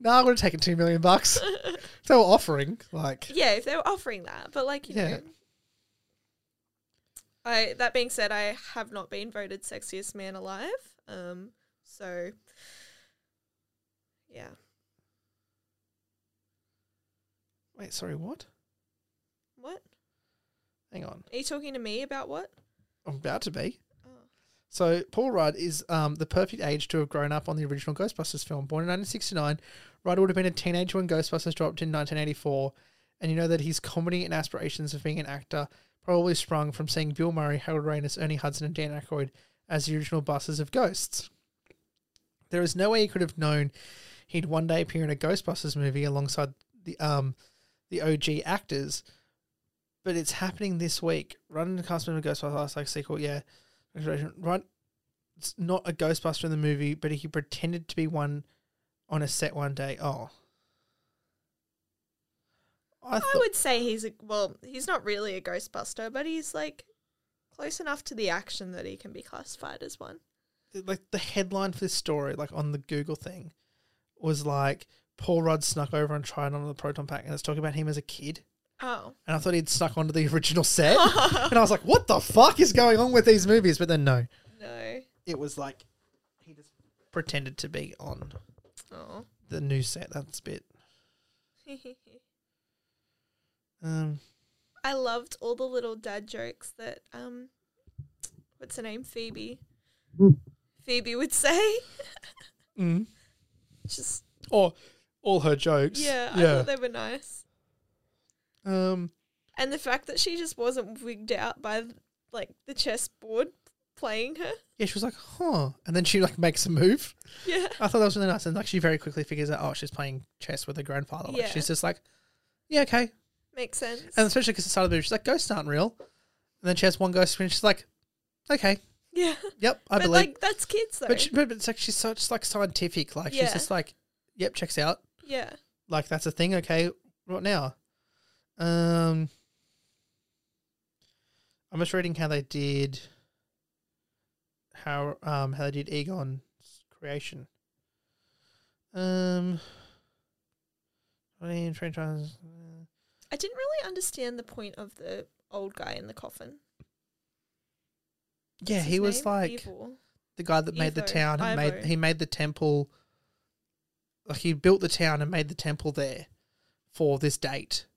S1: no, I would have taken two million bucks. If they were offering like
S2: yeah, if they were offering that, but like, you
S1: Yeah.
S2: know. I that being said, I have not been voted sexiest man alive. Um, so yeah,
S1: wait, sorry, what?
S2: what
S1: Hang on,
S2: are you talking to me about? What?
S1: I'm about to be.
S2: Oh.
S1: So Paul Rudd is um, the perfect age to have grown up on the original Ghostbusters film. Born in 1969, Rudd would have been a teenager when Ghostbusters dropped in 1984, and you know that his comedy and aspirations of being an actor probably sprung from seeing Bill Murray, Harold Ramis, Ernie Hudson, and Dan Aykroyd as the original busters of ghosts. There is no way he could have known he'd one day appear in a Ghostbusters movie alongside the um, the OG actors, but it's happening this week. Rudd and the cast member of Ghostbusters like sequel, yeah. Rudd it's not a Ghostbuster in the movie, but he pretended to be one on a set one day. Oh.
S2: I,
S1: thought-
S2: would say he's a well, he's not really a Ghostbuster, but he's like close enough to the action that he can be classified as one.
S1: like the headline for this story, like on the Google thing, was like Paul Rudd snuck over and tried on the proton pack, and it's talking about him as a kid.
S2: Oh,
S1: And I thought he'd snuck onto the original set, and I was like, "What the fuck is going on with these movies?" But then no,
S2: no.
S1: it was like he just pretended to be on
S2: Oh.
S1: the new set. That's a bit. Um,
S2: I loved all the little dad jokes that um what's her name? Phoebe. Phoebe would say.
S1: mm.
S2: Just
S1: or all her jokes.
S2: yeah, I
S1: yeah.
S2: thought they were nice.
S1: um,
S2: And the fact that she just wasn't wigged out by like the chessboard playing her.
S1: yeah. She was like, "Huh," and then she like makes a move.
S2: Yeah.
S1: I thought that was really nice. And like she very quickly figures out, oh, she's playing chess with her grandfather. Like
S2: Yeah.
S1: she's just like, yeah, okay.
S2: Makes sense.
S1: And especially because the start of the movie, she's like, ghosts aren't real. And then she has one ghost and she's like, okay,
S2: yeah.
S1: yep, I
S2: but
S1: believe.
S2: like that's kids though.
S1: but, she, but it's like she's so just like scientific. Like she's
S2: Yeah.
S1: just like, yep, checks out.
S2: yeah.
S1: Like that's a thing. Okay, what now? Um, I'm just reading how they did, how um how they did Egon's creation. Um, I mean, train trans-
S2: I didn't really understand the point of the old guy in the coffin.
S1: yeah,
S2: What's
S1: he
S2: his
S1: was
S2: name?
S1: like
S2: Evil.
S1: the guy that made the
S2: Evo,
S1: town and made
S2: Ivo.
S1: he made the temple. Like he built the town and made the temple there for this date,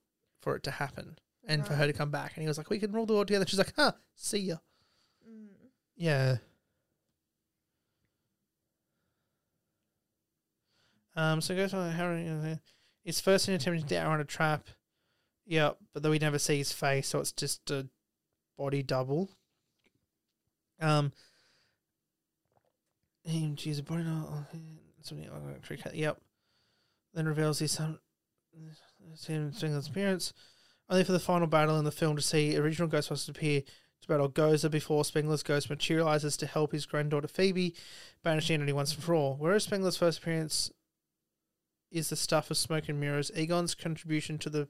S1: for it to happen and for
S2: Right.
S1: her to come back. And he was like, "We can rule the world together." She's like, "Huh, see ya."
S2: Mm.
S1: Yeah. Um, so it goes on Harry his first attempt to hour on a trap. Yeah, but then we never see his face, so it's just a body double. Um him choose a body double oh, something like a trick yep. Then reveals his son his him doing his appearance. Only for the final battle in the film to see original Ghostbusters appear to battle Gozer before Spengler's ghost materializes to help his granddaughter Phoebe banish the entity once and for all. Whereas Spengler's first appearance is the stuff of smoke and mirrors, Egon's contribution to the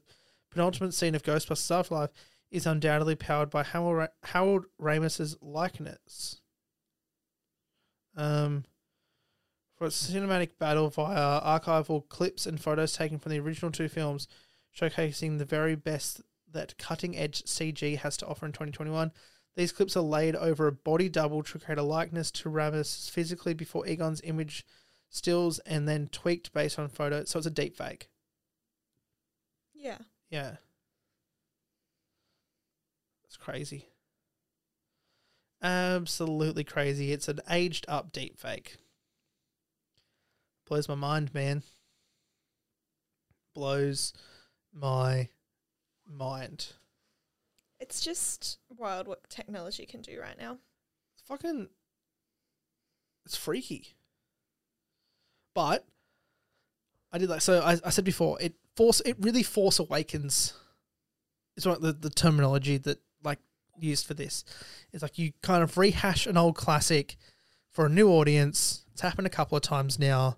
S1: penultimate scene of Ghostbusters Afterlife is undoubtedly powered by Harold, Ra- Harold Ramis's likeness. Um, for its cinematic battle via archival clips and photos taken from the original two films, showcasing the very best that cutting edge CG has to offer in 2021. These clips are laid over a body double to create a likeness to Ramis physically before Egon's image stills and then tweaked based on photo. So it's a deep fake.
S2: Yeah.
S1: Yeah. It's crazy. Absolutely crazy. It's an aged up deep fake. Blows my mind, man. Blows my mind.
S2: It's just wild what technology can do right now.
S1: It's fucking it's freaky but i did like so i, I said before it force it really force awakens it's one of the, the terminology that like used for this it's like you kind of rehash an old classic for a new audience it's happened a couple of times now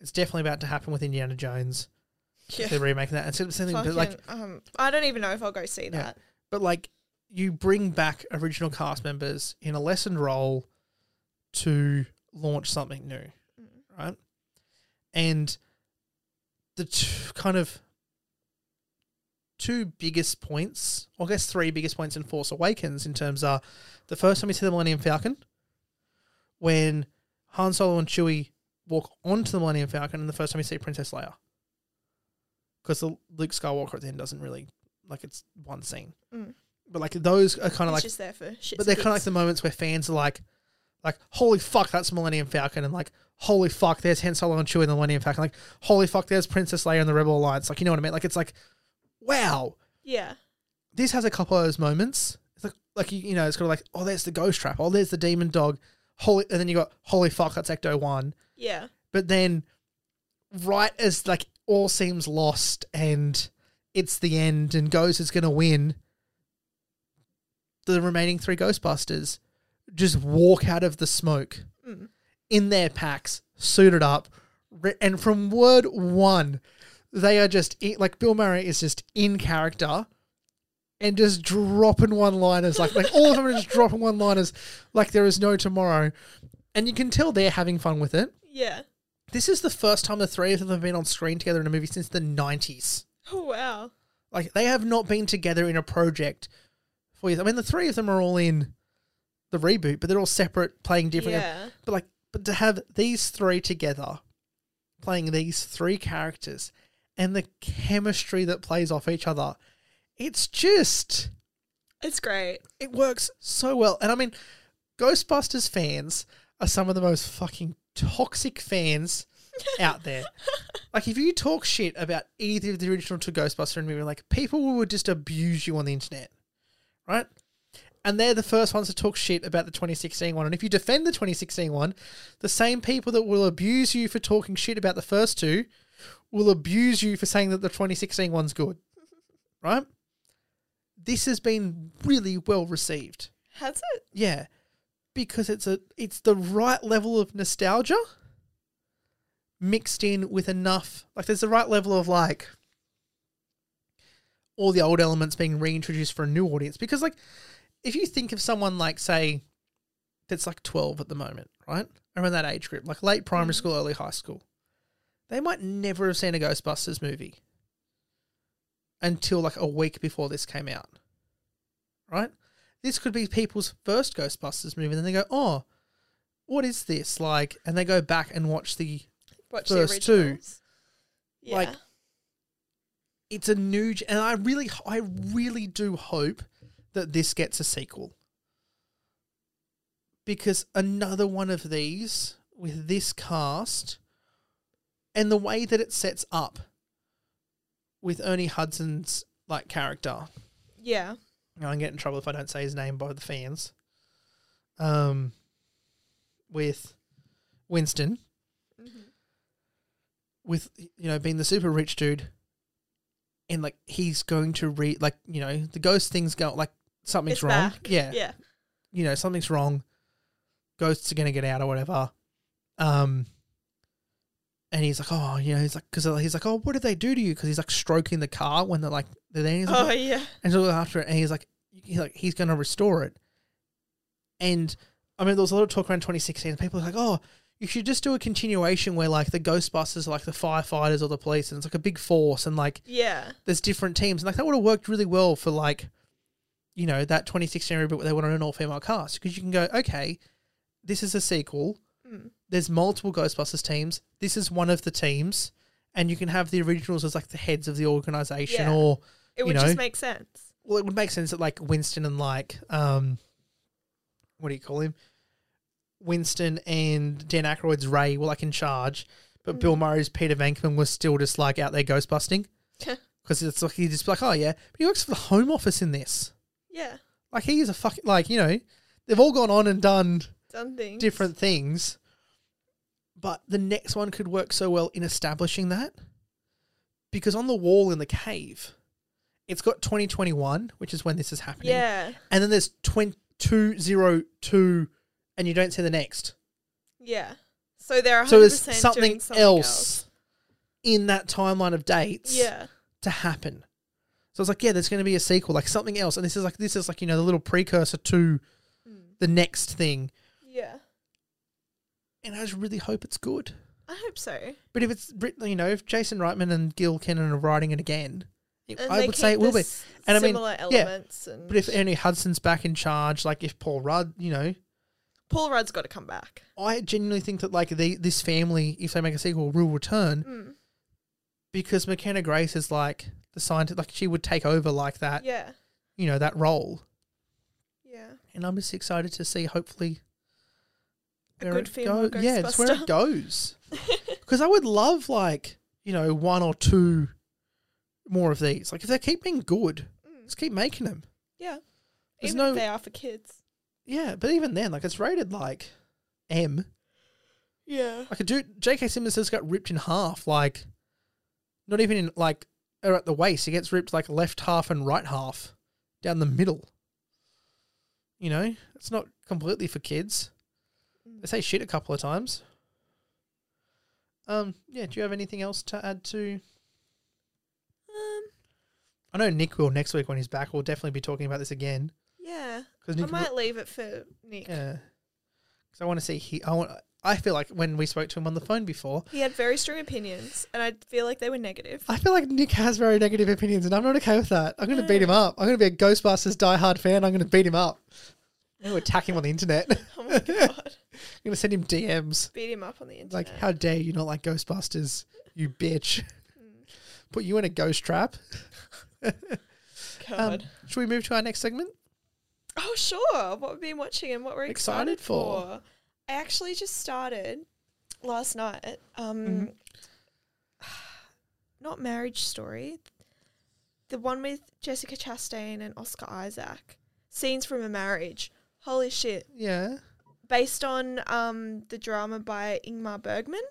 S1: It's definitely about to happen with Indiana Jones.
S2: Yeah.
S1: They're remaking that. And so- something, but like,
S2: Fucking, um, I don't even know if I'll go see that.
S1: but like, you bring back original cast members in a lessened role to launch something new,
S2: Mm.
S1: right? And the two kind of two biggest points, or I guess three biggest points in Force Awakens in terms are the first time we see the Millennium Falcon, when Han Solo and Chewie walk onto the Millennium Falcon, and the first time we see Princess Leia. Because the Luke Skywalker at the end doesn't really like it's one scene,
S2: Mm.
S1: but like those are kind
S2: It's
S1: of like
S2: just there for shit.
S1: but they're kind of like the moments where fans are like, like, holy fuck, that's Millennium Falcon, and like, holy fuck, there's Han Solo and Chewie in the Millennium Falcon, like, holy fuck, there's Princess Leia and the Rebel Alliance, like, you know what I mean? Like, it's like, wow,
S2: yeah,
S1: this has a couple of those moments. It's like, like you, you know, it's kind of like, oh, there's the Ghost Trap, oh, there's the Demon Dog, holy, and then you got holy fuck, that's Ecto One,
S2: yeah,
S1: but then, right as like all seems lost and it's the end and Ghost is gonna win, the remaining three Ghostbusters just walk out of the smoke
S2: Mm.
S1: in their packs, suited up, re- and from word one, they are just in, like Bill Murray is just in character. And just dropping one liners, like like all of them are just dropping one liners, like there is no tomorrow, and you can tell they're having fun with it.
S2: yeah.
S1: This is the first time the three of them have been on screen together in a movie since the 90s.
S2: Oh wow.
S1: Like, they have not been together in a project for years. I mean, the three of them are all in the reboot, but they're all separate, playing different.
S2: Yeah,
S1: But, like, but to have these three together, playing these three characters, and the chemistry that plays off each other, it's just
S2: it's great.
S1: it works so well. And I mean, Ghostbusters fans are some of the most fucking toxic fans out there. Like, if you talk shit about either of the original two Ghostbusters movies, like, people would just abuse you on the internet, right? And they're the first ones to talk shit about the 2016 one. And if you defend the 2016 one, the same people that will abuse you for talking shit about the first two will abuse you for saying that the 2016 one's good, right? This has been really well received.
S2: Has it?
S1: Yeah, because it's a it's the right level of nostalgia mixed in with enough like there's the right level of like all the old elements being reintroduced for a new audience because like if you think of someone like say that's like 12 at the moment right around that age group like late primary school early high school they might never have seen a ghostbusters movie until like a week before this came out right this could be people's first Ghostbusters movie, and then they go, "Oh, what is this?" Like, and they go back and watch the.
S2: Watch
S1: First
S2: the
S1: two.
S2: originals. Yeah.
S1: Like- It's a new, g- and I really, I really do hope that this gets a sequel because another one of these with this cast and the way that it sets up with Ernie Hudson's like character
S2: yeah.
S1: I can get in trouble if I don't say his name by the fans. Um, with Winston,
S2: Mhm.
S1: with you know being the super rich dude, and like he's going to re like you know the ghost thing's going like something's
S2: It's
S1: wrong.
S2: back.
S1: Yeah,
S2: Yeah.
S1: you know something's wrong. Ghosts are gonna get out or whatever. Um, and he's like, oh, you know, he's like, because he's like, oh, what did they do to you? Because he's like stroking the car when they're like, they're there. and He's like,
S2: Oh yeah.
S1: and so after it, and he's like, he's like, he's going to restore it. And I mean, there was a lot of talk around 2016. People were like, oh, you should just do a continuation where like the Ghostbusters are like the firefighters or the police, and it's like a big force, and like
S2: Yeah.
S1: there's different teams, and like that would have worked really well for like, you know, that 2016 reboot where they wanted an all female cast because you can go, okay, this is a sequel.
S2: Mm.
S1: There's multiple Ghostbusters teams. This is one of the teams, and you can have the originals as like the heads of the organization
S2: Yeah.
S1: or
S2: It
S1: You
S2: would just
S1: know.
S2: make sense.
S1: well, it would make sense that like Winston and like um, what do you call him? Winston and Dan Aykroyd's Ray were like in charge, but Bill Murray's Peter Venkman was still just like out there ghost busting because it's like he's just like, oh yeah, but he works for the Home Office in this.
S2: yeah.
S1: Like he is a fucking like you know, they've all gone on and done
S2: Something
S1: different things. But the next one could work so well in establishing that. Because on the wall in the cave, it's got 2021, which is when this is happening.
S2: Yeah.
S1: And then there's 2202, and you don't see the next.
S2: Yeah. So they're 100%
S1: So there's
S2: doing
S1: something, else in that timeline of dates
S2: Yeah.
S1: to happen. So it's like, yeah, there's going to be a sequel, like something else. And this is like, this is like, you know, the little precursor to the next thing.
S2: Mm. Yeah.
S1: And I just really hope it's good.
S2: I hope so.
S1: But if it's, Brit- you know, if Jason Reitman and Gil Kennan are writing it again, it-
S2: And
S1: I
S2: they
S1: would say it
S2: keep
S1: will
S2: the
S1: be.
S2: s-
S1: And I mean,
S2: similar
S1: yeah.
S2: elements and
S1: But if Ernie Hudson's back in charge, like if Paul Rudd, you know,
S2: Paul Rudd's got to come back.
S1: I genuinely think that like the this family, if they make a sequel, will return
S2: Mm.
S1: because McKenna Grace is like the scientist, like she would take over like that,
S2: Yeah.
S1: you know, that role.
S2: Yeah.
S1: And I'm just excited to see, hopefully,
S2: A good
S1: it
S2: female
S1: go- Yeah, it's where
S2: Ghostbuster.
S1: it goes. Because I would love like you know one or two more of these. Like if they keep being good,
S2: Mm.
S1: just keep making them.
S2: Yeah.
S1: There's
S2: Even
S1: no-
S2: if they are for kids.
S1: Yeah, but even then, like it's rated like M.
S2: Yeah.
S1: Like a dude, J.K. Simmons just got ripped in half. Like, not even in like or at the waist. He gets ripped like left half and right half down the middle. You know, it's not completely for kids. They say shit a couple of times. Um, yeah. Do you have anything else to add to?
S2: Um.
S1: I know Nick will next week when he's back. We'll definitely be talking about this again
S2: Yeah.
S1: because
S2: I
S1: Nick.
S2: might leave it for Nick.
S1: yeah. Because I want to see he. I want. I feel like when we spoke to him on the phone before,
S2: He had very strong opinions, and I feel like they were negative.
S1: I feel like Nick has very negative opinions, and I'm not okay with that. I'm going to beat
S2: No.
S1: him up. I'm going to be a Ghostbusters diehard fan. I'm going to beat him up. I'm going to attack him on the internet. I'm
S2: Oh my god!
S1: going to send him DMs
S2: Beat him up on the internet.
S1: like, "How dare you not like Ghostbusters, you bitch!
S2: Mm.
S1: Put you in a ghost trap." Um,
S2: God.
S1: should we move to our next segment?
S2: oh sure. What we've been watching and what we're excited,
S1: Excited for.
S2: for. I actually just started last night. Um, not Marriage Story, the one with Jessica Chastain and Oscar Isaac. Scenes from a Marriage. Holy shit!
S1: Yeah,
S2: based on um, the drama by Ingmar Bergman,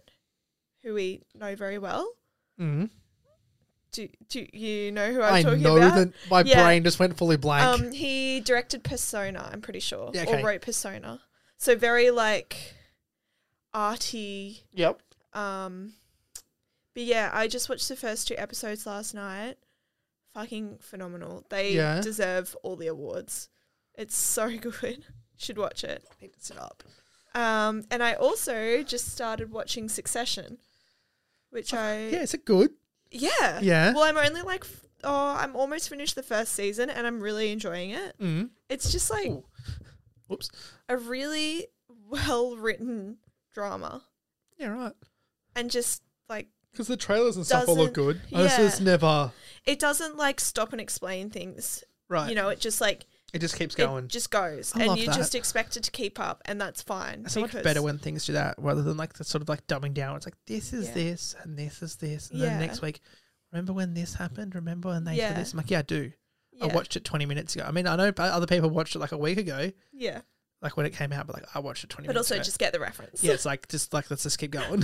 S2: who we know very well.
S1: mm.
S2: Do, do you know who I'm
S1: I
S2: talking
S1: know
S2: about?
S1: that my
S2: Yeah.
S1: brain just went fully blank.
S2: um, he directed Persona, I'm pretty sure,
S1: Yeah, okay.
S2: or wrote Persona. So very like arty.
S1: yep.
S2: Um, but yeah, I just watched the first two episodes last night. Fucking phenomenal. They
S1: Yeah.
S2: deserve all the awards. It's so good. Should watch it.
S1: Need to sit up.
S2: Um, and I also just started watching Succession, which I
S1: Oh, Yeah, is it good?
S2: yeah
S1: Yeah.
S2: Uh, Well, I'm only like f- oh, I'm almost finished the first season, and I'm really enjoying it.
S1: Mm.
S2: It's just like
S1: Ooh. Whoops.
S2: a really well written drama,
S1: Yeah, right.
S2: and just like
S1: Because the trailers and stuff all look good.
S2: Doesn't-
S1: I just
S2: yeah.
S1: it's never
S2: it doesn't like stop and explain things.
S1: right.
S2: You know, it just like
S1: it just keeps
S2: it
S1: going.
S2: just goes,
S1: I love
S2: and you
S1: that.
S2: just expect it to keep up, and that's fine.
S1: It's so much
S2: because-
S1: better when things do that rather than like the sort of like dumbing down. It's like this is
S2: Yeah.
S1: this and this is this, and
S2: Yeah.
S1: then next week, remember when this happened? Remember when they did
S2: Yeah.
S1: this? I'm like, yeah, I do. I
S2: Yeah.
S1: watched it 20 minutes ago. I mean, I know p- other people watched it like a week ago,
S2: yeah,
S1: like when it came out, but like I watched it 20
S2: but
S1: minutes
S2: also
S1: ago.
S2: just get the reference.
S1: yeah, it's like just like let's just keep going.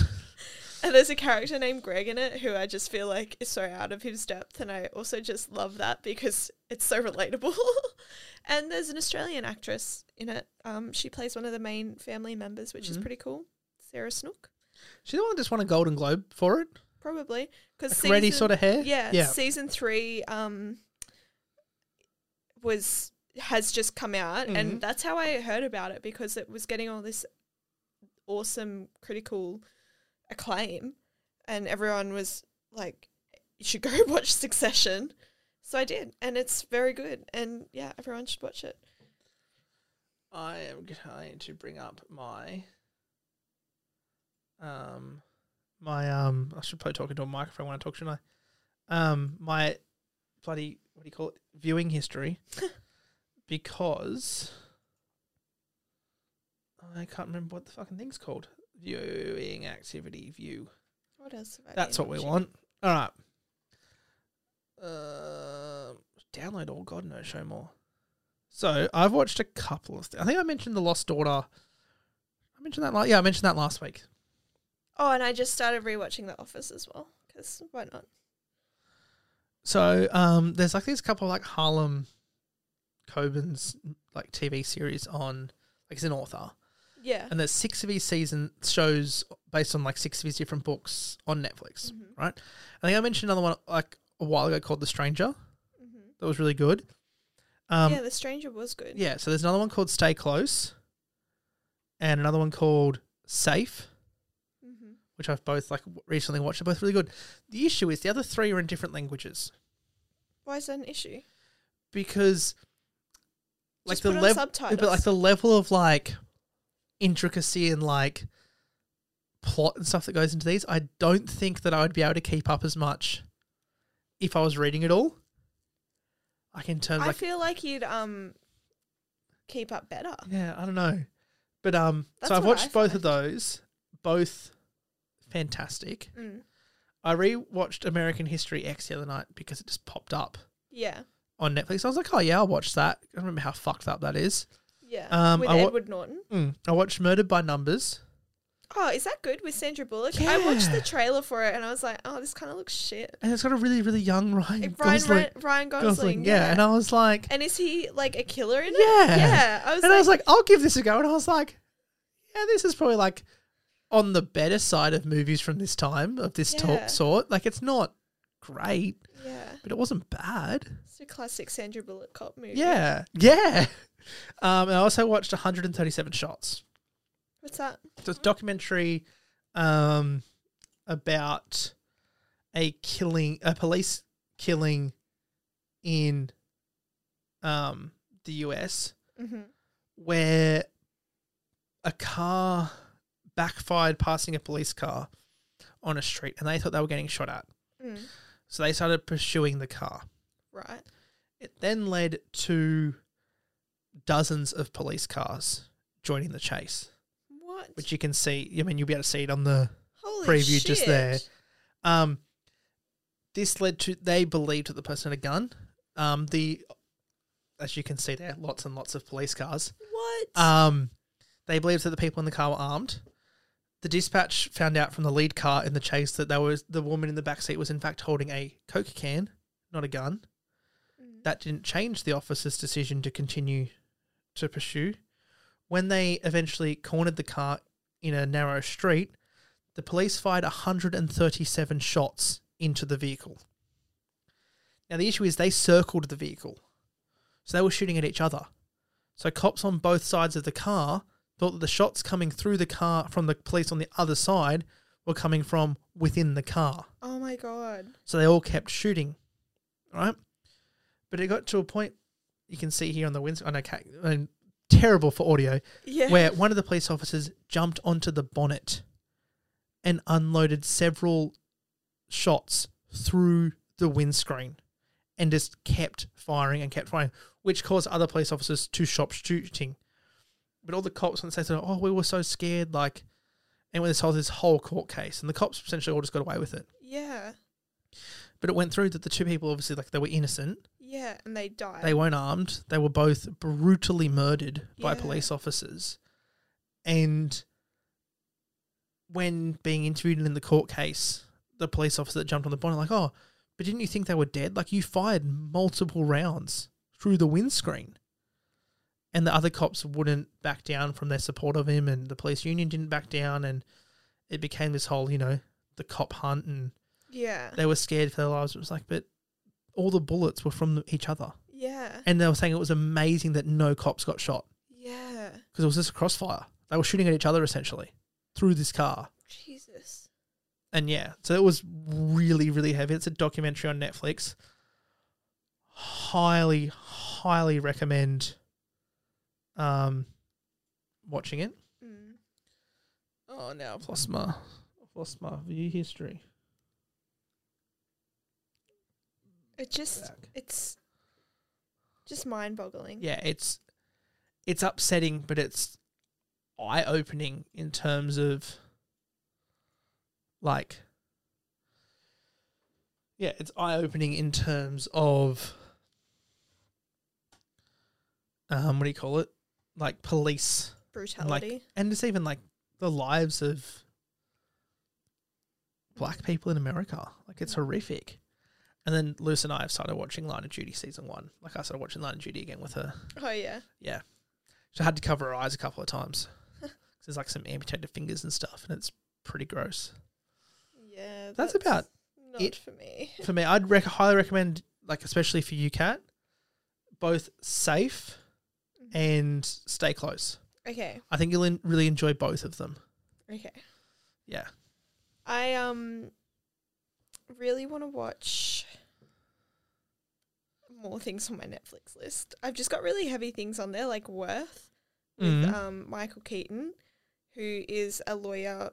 S2: And there's a character named Greg in it who I just feel like is so out of his depth, and I also just love that because it's so relatable. and there's an Australian actress in it. Um, she plays one of the main family members, which is
S1: Mhm.
S2: pretty cool. Sarah Snook,
S1: She the one that just won a Golden Globe for it,
S2: probably because
S1: like ready sort of hair.
S2: yeah,
S1: yeah.
S2: season three um was has just come out,
S1: Mhm.
S2: and that's how I heard about it because it was getting all this awesome critical acclaim, and everyone was like, "You should go watch Succession." So I did, and it's very good, and yeah, everyone should watch it.
S1: I am going to bring up my um my um I should probably talk into a microphone when I talk, shouldn't I? Um my bloody what do you call it? Viewing history. because I can't remember what the fucking thing's called. Viewing activity view.
S2: What else? Have I
S1: That's
S2: been
S1: what we
S2: watching?
S1: want. All right. Um, download all God no show more. So I've watched a couple of. Th- I think I mentioned the Lost Daughter. I mentioned that. La- yeah, I mentioned that last week.
S2: Oh, and I just started rewatching The Office as well because why not?
S1: So um, there's like these couple like Harlem Coben's like TV series on like he's an author
S2: Yeah.
S1: and there's six of his season shows based on like six of his different books on Netflix,
S2: Mm-hmm,
S1: right? I think I mentioned another one like a while ago called The Stranger. That was really good. Um,
S2: mm-hmm. yeah, The Stranger was good.
S1: yeah, so there's another one called Stay Close and another one called Safe,
S2: Mm-hmm.
S1: which I've both like w- recently watched. They're both really good. The issue is the other three are in different languages
S2: Why is that an issue?
S1: because like
S2: Just
S1: the
S2: put on
S1: level
S2: subtitles.
S1: but like the level of like intricacy and like plot and stuff that goes into these, I don't think that I would be able to keep up as much if I was reading it all. Like in terms
S2: I
S1: like
S2: feel like you'd um keep up better.
S1: Yeah, I don't know. But um
S2: That's
S1: so I've
S2: what I
S1: watched both of
S2: find.
S1: those, both fantastic.
S2: Mm.
S1: I rewatched American History X the other night because it just popped up
S2: Yeah.
S1: on Netflix. I was like, oh yeah, I'll watch that. I remember how fucked up that is.
S2: Yeah.
S1: Um,
S2: With
S1: I wa-
S2: Edward Norton.
S1: Mm. I watched Murdered by Numbers.
S2: Oh, is that good with Sandra Bullock? I watched
S1: Yeah.
S2: the trailer for it and I was like, oh, this kind of looks shit.
S1: and it's got a really, really young Ryan Mm,
S2: Like, Ryan,
S1: Gosling.
S2: Ryan, Ryan Gosling.
S1: Gosling, yeah. And I was like,
S2: And is he like a killer in it?
S1: Yeah.
S2: Yeah. I was
S1: and
S2: like,
S1: I was like, I'll give this a go. And I was like, yeah, this is probably like on the better side of movies from this time of this
S2: Yeah.
S1: talk sort. Like, it's not great,
S2: yeah,
S1: but it wasn't bad.
S2: it's a classic Sandra Bullock cop movie.
S1: Yeah, yeah. Um, and I also watched 137 Shots.
S2: What's that?
S1: So it's a documentary um, about a killing, a police killing in um, the US
S2: Mm-hmm.
S1: where a car backfired passing a police car on a street and they thought they were getting shot at.
S2: Mm.
S1: So they started pursuing the car.
S2: Right.
S1: It then led to dozens of police cars joining the chase,
S2: What?
S1: which you can see. I mean, you'll be able to see it on the
S2: Holy
S1: preview
S2: shit.
S1: just there. Um, this led to they believed that the person had a gun. Um, the as you can see there, lots and lots of police cars.
S2: What?
S1: Um, they believed that the people in the car were armed. The dispatch found out from the lead car in the chase that there was the woman in the back seat was in fact holding a coke can, not a gun.
S2: Mm.
S1: That didn't change the officer's decision to continue to pursue. When they eventually cornered the car in a narrow street, the police fired 137 shots into the vehicle. Now, the issue is they circled the vehicle, so they were shooting at each other. So, cops on both sides of the car thought that the shots coming through the car from the police on the other side were coming from within the car.
S2: oh my god.
S1: So they all kept shooting, right? But it got to a point you can see here on the windscreen. I know, ca- and terrible for audio,
S2: Yeah.
S1: where one of the police officers jumped onto the bonnet and unloaded several shots through the windscreen, and just kept firing and kept firing, which caused other police officers to stop shooting. But all the cops on the side said, "Oh, we were so scared!" Like, and when this whole this whole court case, and the cops essentially all just got away with it
S2: Yeah.
S1: but it went through that the two people obviously like they were innocent
S2: Yeah. And they died.
S1: they weren't armed they were both brutally murdered by
S2: Yeah.
S1: police officers and when being interviewed in the court case the police officer that jumped on the bonnet like oh but didn't you think they were dead like you fired multiple rounds through the windscreen and the other cops wouldn't back down from their support of him and the police union didn't back down and it became this whole you know the cop hunt and
S2: yeah.
S1: they were scared for their lives. It was like, but all the bullets were from each other,
S2: yeah.
S1: and they were saying it was amazing that no cops got shot
S2: Yeah.
S1: because it was just a crossfire. They were shooting at each other essentially through this car,
S2: Jesus.
S1: and yeah, so it was really, really heavy. It's a documentary on Netflix. Highly, highly recommend um, watching it.
S2: Mm.
S1: Oh, now I've lost my, I've lost my view history.
S2: It just
S1: Back.
S2: it's just mind boggling.
S1: yeah, it's it's upsetting, but it's eye opening in terms of like yeah, it's eye opening in terms of um what do you call it? Like police
S2: Brutality.
S1: and it's even like the lives of black people in America. Like it's horrific. And then Luce and I have started watching Line of Duty season one. Like I started watching Line of Duty again with her.
S2: oh yeah.
S1: She had to cover her eyes a couple of times. 'Cause 'Cause There's like some amputated fingers and stuff, and it's pretty gross.
S2: Yeah,
S1: That's, about
S2: not
S1: it.
S2: for me.
S1: for me. I'd rec- highly recommend, like especially for you, cat, both safe
S2: Mm-hmm.
S1: and stay close.
S2: Okay,
S1: I think you'll en- really enjoy both of them.
S2: okay.
S1: Yeah.
S2: I um really want to watch more things on my Netflix list. I've just got really heavy things on there, like Worth with
S1: Mhm.
S2: um, Michael Keaton, who is a lawyer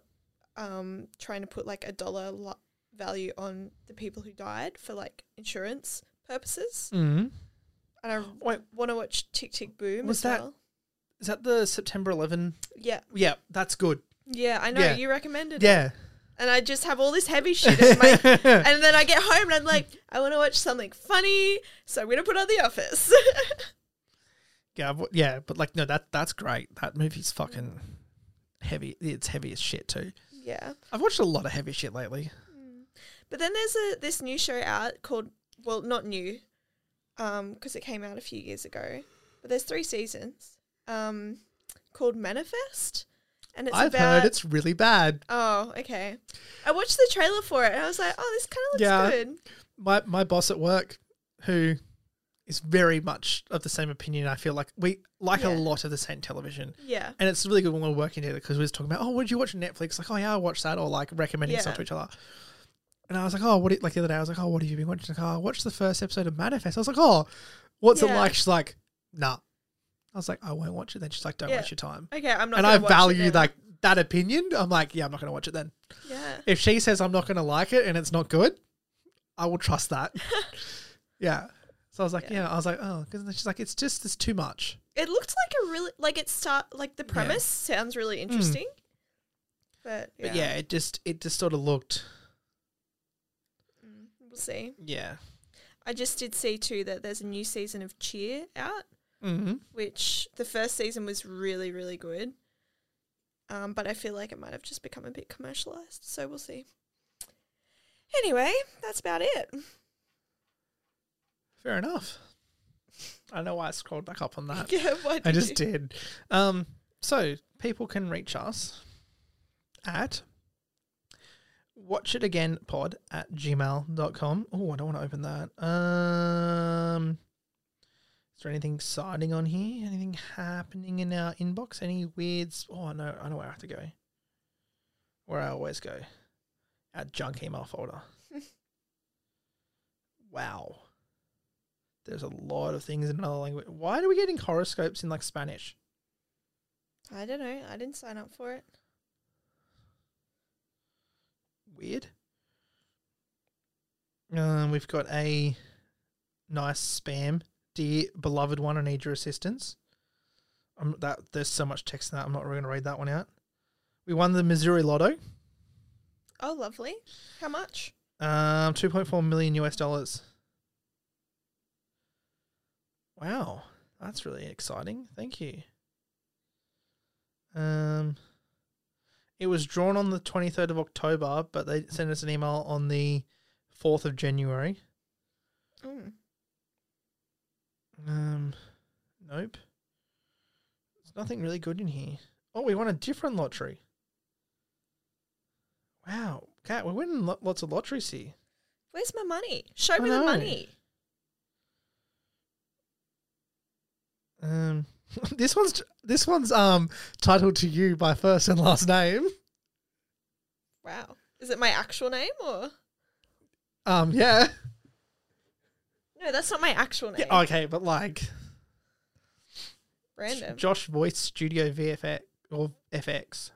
S2: um, trying to put like a dollar lo- value on the people who died for like insurance purposes.
S1: Mhm.
S2: And I
S1: Wait,
S2: want to watch Tick Tick Boom
S1: Was
S2: as
S1: that-
S2: well.
S1: is that the September 11?
S2: Yeah,
S1: Yeah, that's good.
S2: yeah, I know
S1: Yeah.
S2: you recommended it,
S1: Yeah.
S2: and I just have all this heavy shit in my And then I get home and I'm like, I want to watch something funny, so I'm gonna put on The Office.
S1: yeah, I've wa- yeah, but like no, that that's great. That movie's fucking heavy. It's heavy as shit too.
S2: yeah,
S1: I've watched a lot of heavy shit lately.
S2: but then there's a this new show out called well, not new, um, because it came out a few years ago, but there's three seasons, um, called Manifest, and it's
S1: I've
S2: about
S1: heard it's really bad.
S2: oh okay, I watched the trailer for it and I was like, oh, this kind of looks
S1: Yeah.
S2: good.
S1: My my boss at work, who is very much of the same opinion, I feel like we like
S2: Yeah.
S1: a lot of the same television.
S2: Yeah,
S1: And it's really good when we're working together because we're just talking about, oh, what did you watch on Netflix? Like, oh, yeah, I watched that, or like recommending stuff
S2: Yeah.
S1: to each other. And I was like, oh, what? do you-" Like the other day, I was like, oh, what have you been watching? She's Like, oh, I watched the first episode of Manifest. I was like, oh, what's it
S2: Yeah.
S1: like? She's like, nah. I was like, I won't watch it. Then she's like, don't
S2: Yeah.
S1: waste your time.
S2: okay, I'm not.
S1: and
S2: gonna
S1: I
S2: watch it
S1: value
S2: then.
S1: like that opinion. I'm like, yeah, I'm not going to watch it then.
S2: yeah.
S1: If she says I'm not going to like it and it's not good, I will trust that. yeah. So I was like,
S2: Yeah.
S1: yeah. I was like, oh, because she's like, it's just, it's too much.
S2: It looked like a really like it start like the premise sounds really interesting. But yeah,
S1: Hmm. But yeah, it just, it just sort of looked,
S2: Mm, we'll see.
S1: yeah.
S2: I just did see too that there's a new season of Cheer out,
S1: Mm-hmm.
S2: which the first season was really really good. Um, but I feel like it might have just become a bit commercialized, so we'll see. Anyway, that's about it.
S1: Fair enough. I don't know why I scrolled back up on that.
S2: yeah, what
S1: I just did. Um, so people can reach us at watch it again pod at gmail.com. Oh, I don't want to open that. Um is there anything exciting on here? Anything happening in our inbox? Any weirds? Oh no, I know where I have to go. Where I always go. Our junk email folder. wow. There's a lot of things in another language. Why are we getting horoscopes in like Spanish?
S2: I don't know. I didn't sign up for it.
S1: Weird. Um, we've got a nice spam, dear beloved one. I need your assistance. Um, that there's so much text in that. I'm not really going to read that one out. We won the Missouri Lotto,
S2: Oh, lovely. How much?
S1: um, 2.4 million US dollars. Wow, that's really exciting. Thank you. Um, it was drawn on the 23rd of October, but they sent us an email on the 4th of January.
S2: Mm.
S1: Um, nope. There's nothing really good in here. Oh, we won a different lottery. Wow, cat, we're winning lo- lots of lotteries here.
S2: Where's my money? Show
S1: I
S2: me the
S1: know.
S2: money.
S1: Um, this one's this one's um titled to you by first and last name.
S2: Wow. Is it my actual name or?
S1: Um, yeah.
S2: No, that's not my actual name.
S1: yeah oh, okay, but like
S2: Random.
S1: Josh Voice Studio VFX or FX.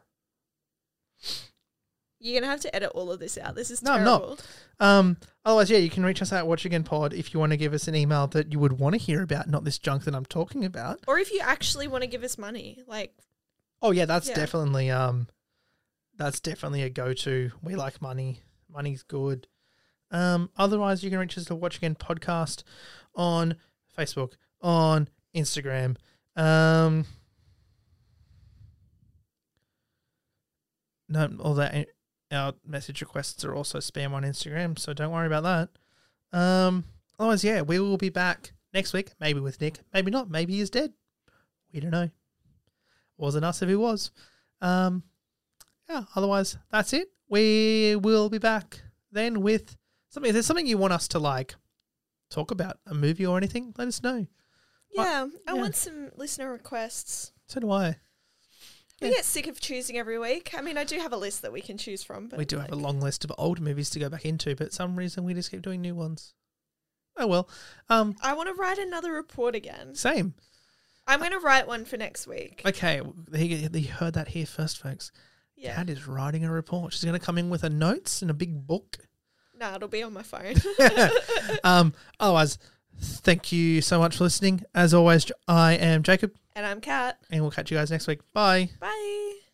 S2: You're gonna have to edit all of this out. This is
S1: No, I'm not.
S2: terrible.
S1: Um, otherwise, yeah, you can reach us at Watch Again Pod if you want to give us an email that you would want to hear about, not this junk that I'm talking about.
S2: Or if you actually want to give us money, like
S1: Oh yeah, that's
S2: Yeah.
S1: definitely um, that's definitely a go-to. We like money. Money's good. Um, otherwise, you can reach us at Watch Again Podcast on Facebook, on Instagram. Um, no, all that uh, our message requests are also spam on Instagram, so don't worry about that. Um, otherwise, yeah, we will be back next week, maybe with Nick, maybe not, maybe he's dead. We don't know wasn't us if he was. Um, yeah. Otherwise, that's it. We will be back then with something. If there's something you want us to like talk about, a movie or anything, let us know. What-
S2: Yeah, I
S1: yeah.
S2: want some listener requests.
S1: So do I.
S2: We
S1: Yeah.
S2: get sick of choosing every week. I mean, I do have a list that we can choose from. But
S1: We do have a
S2: like,
S1: long list of old movies to go back into, but some reason we just keep doing new ones. Oh well. Um,
S2: I want to write another report again.
S1: same.
S2: I'm going to write one for next week.
S1: Okay, he, he heard that here first, folks.
S2: yeah.
S1: Dad is writing a report. She's going to come in with her notes and a big book.
S2: No, it'll be on my phone.
S1: um, otherwise, thank you so much for listening. As always, I am Jacob,
S2: and I'm Kat.
S1: and we'll catch you guys next week. Bye.
S2: Bye.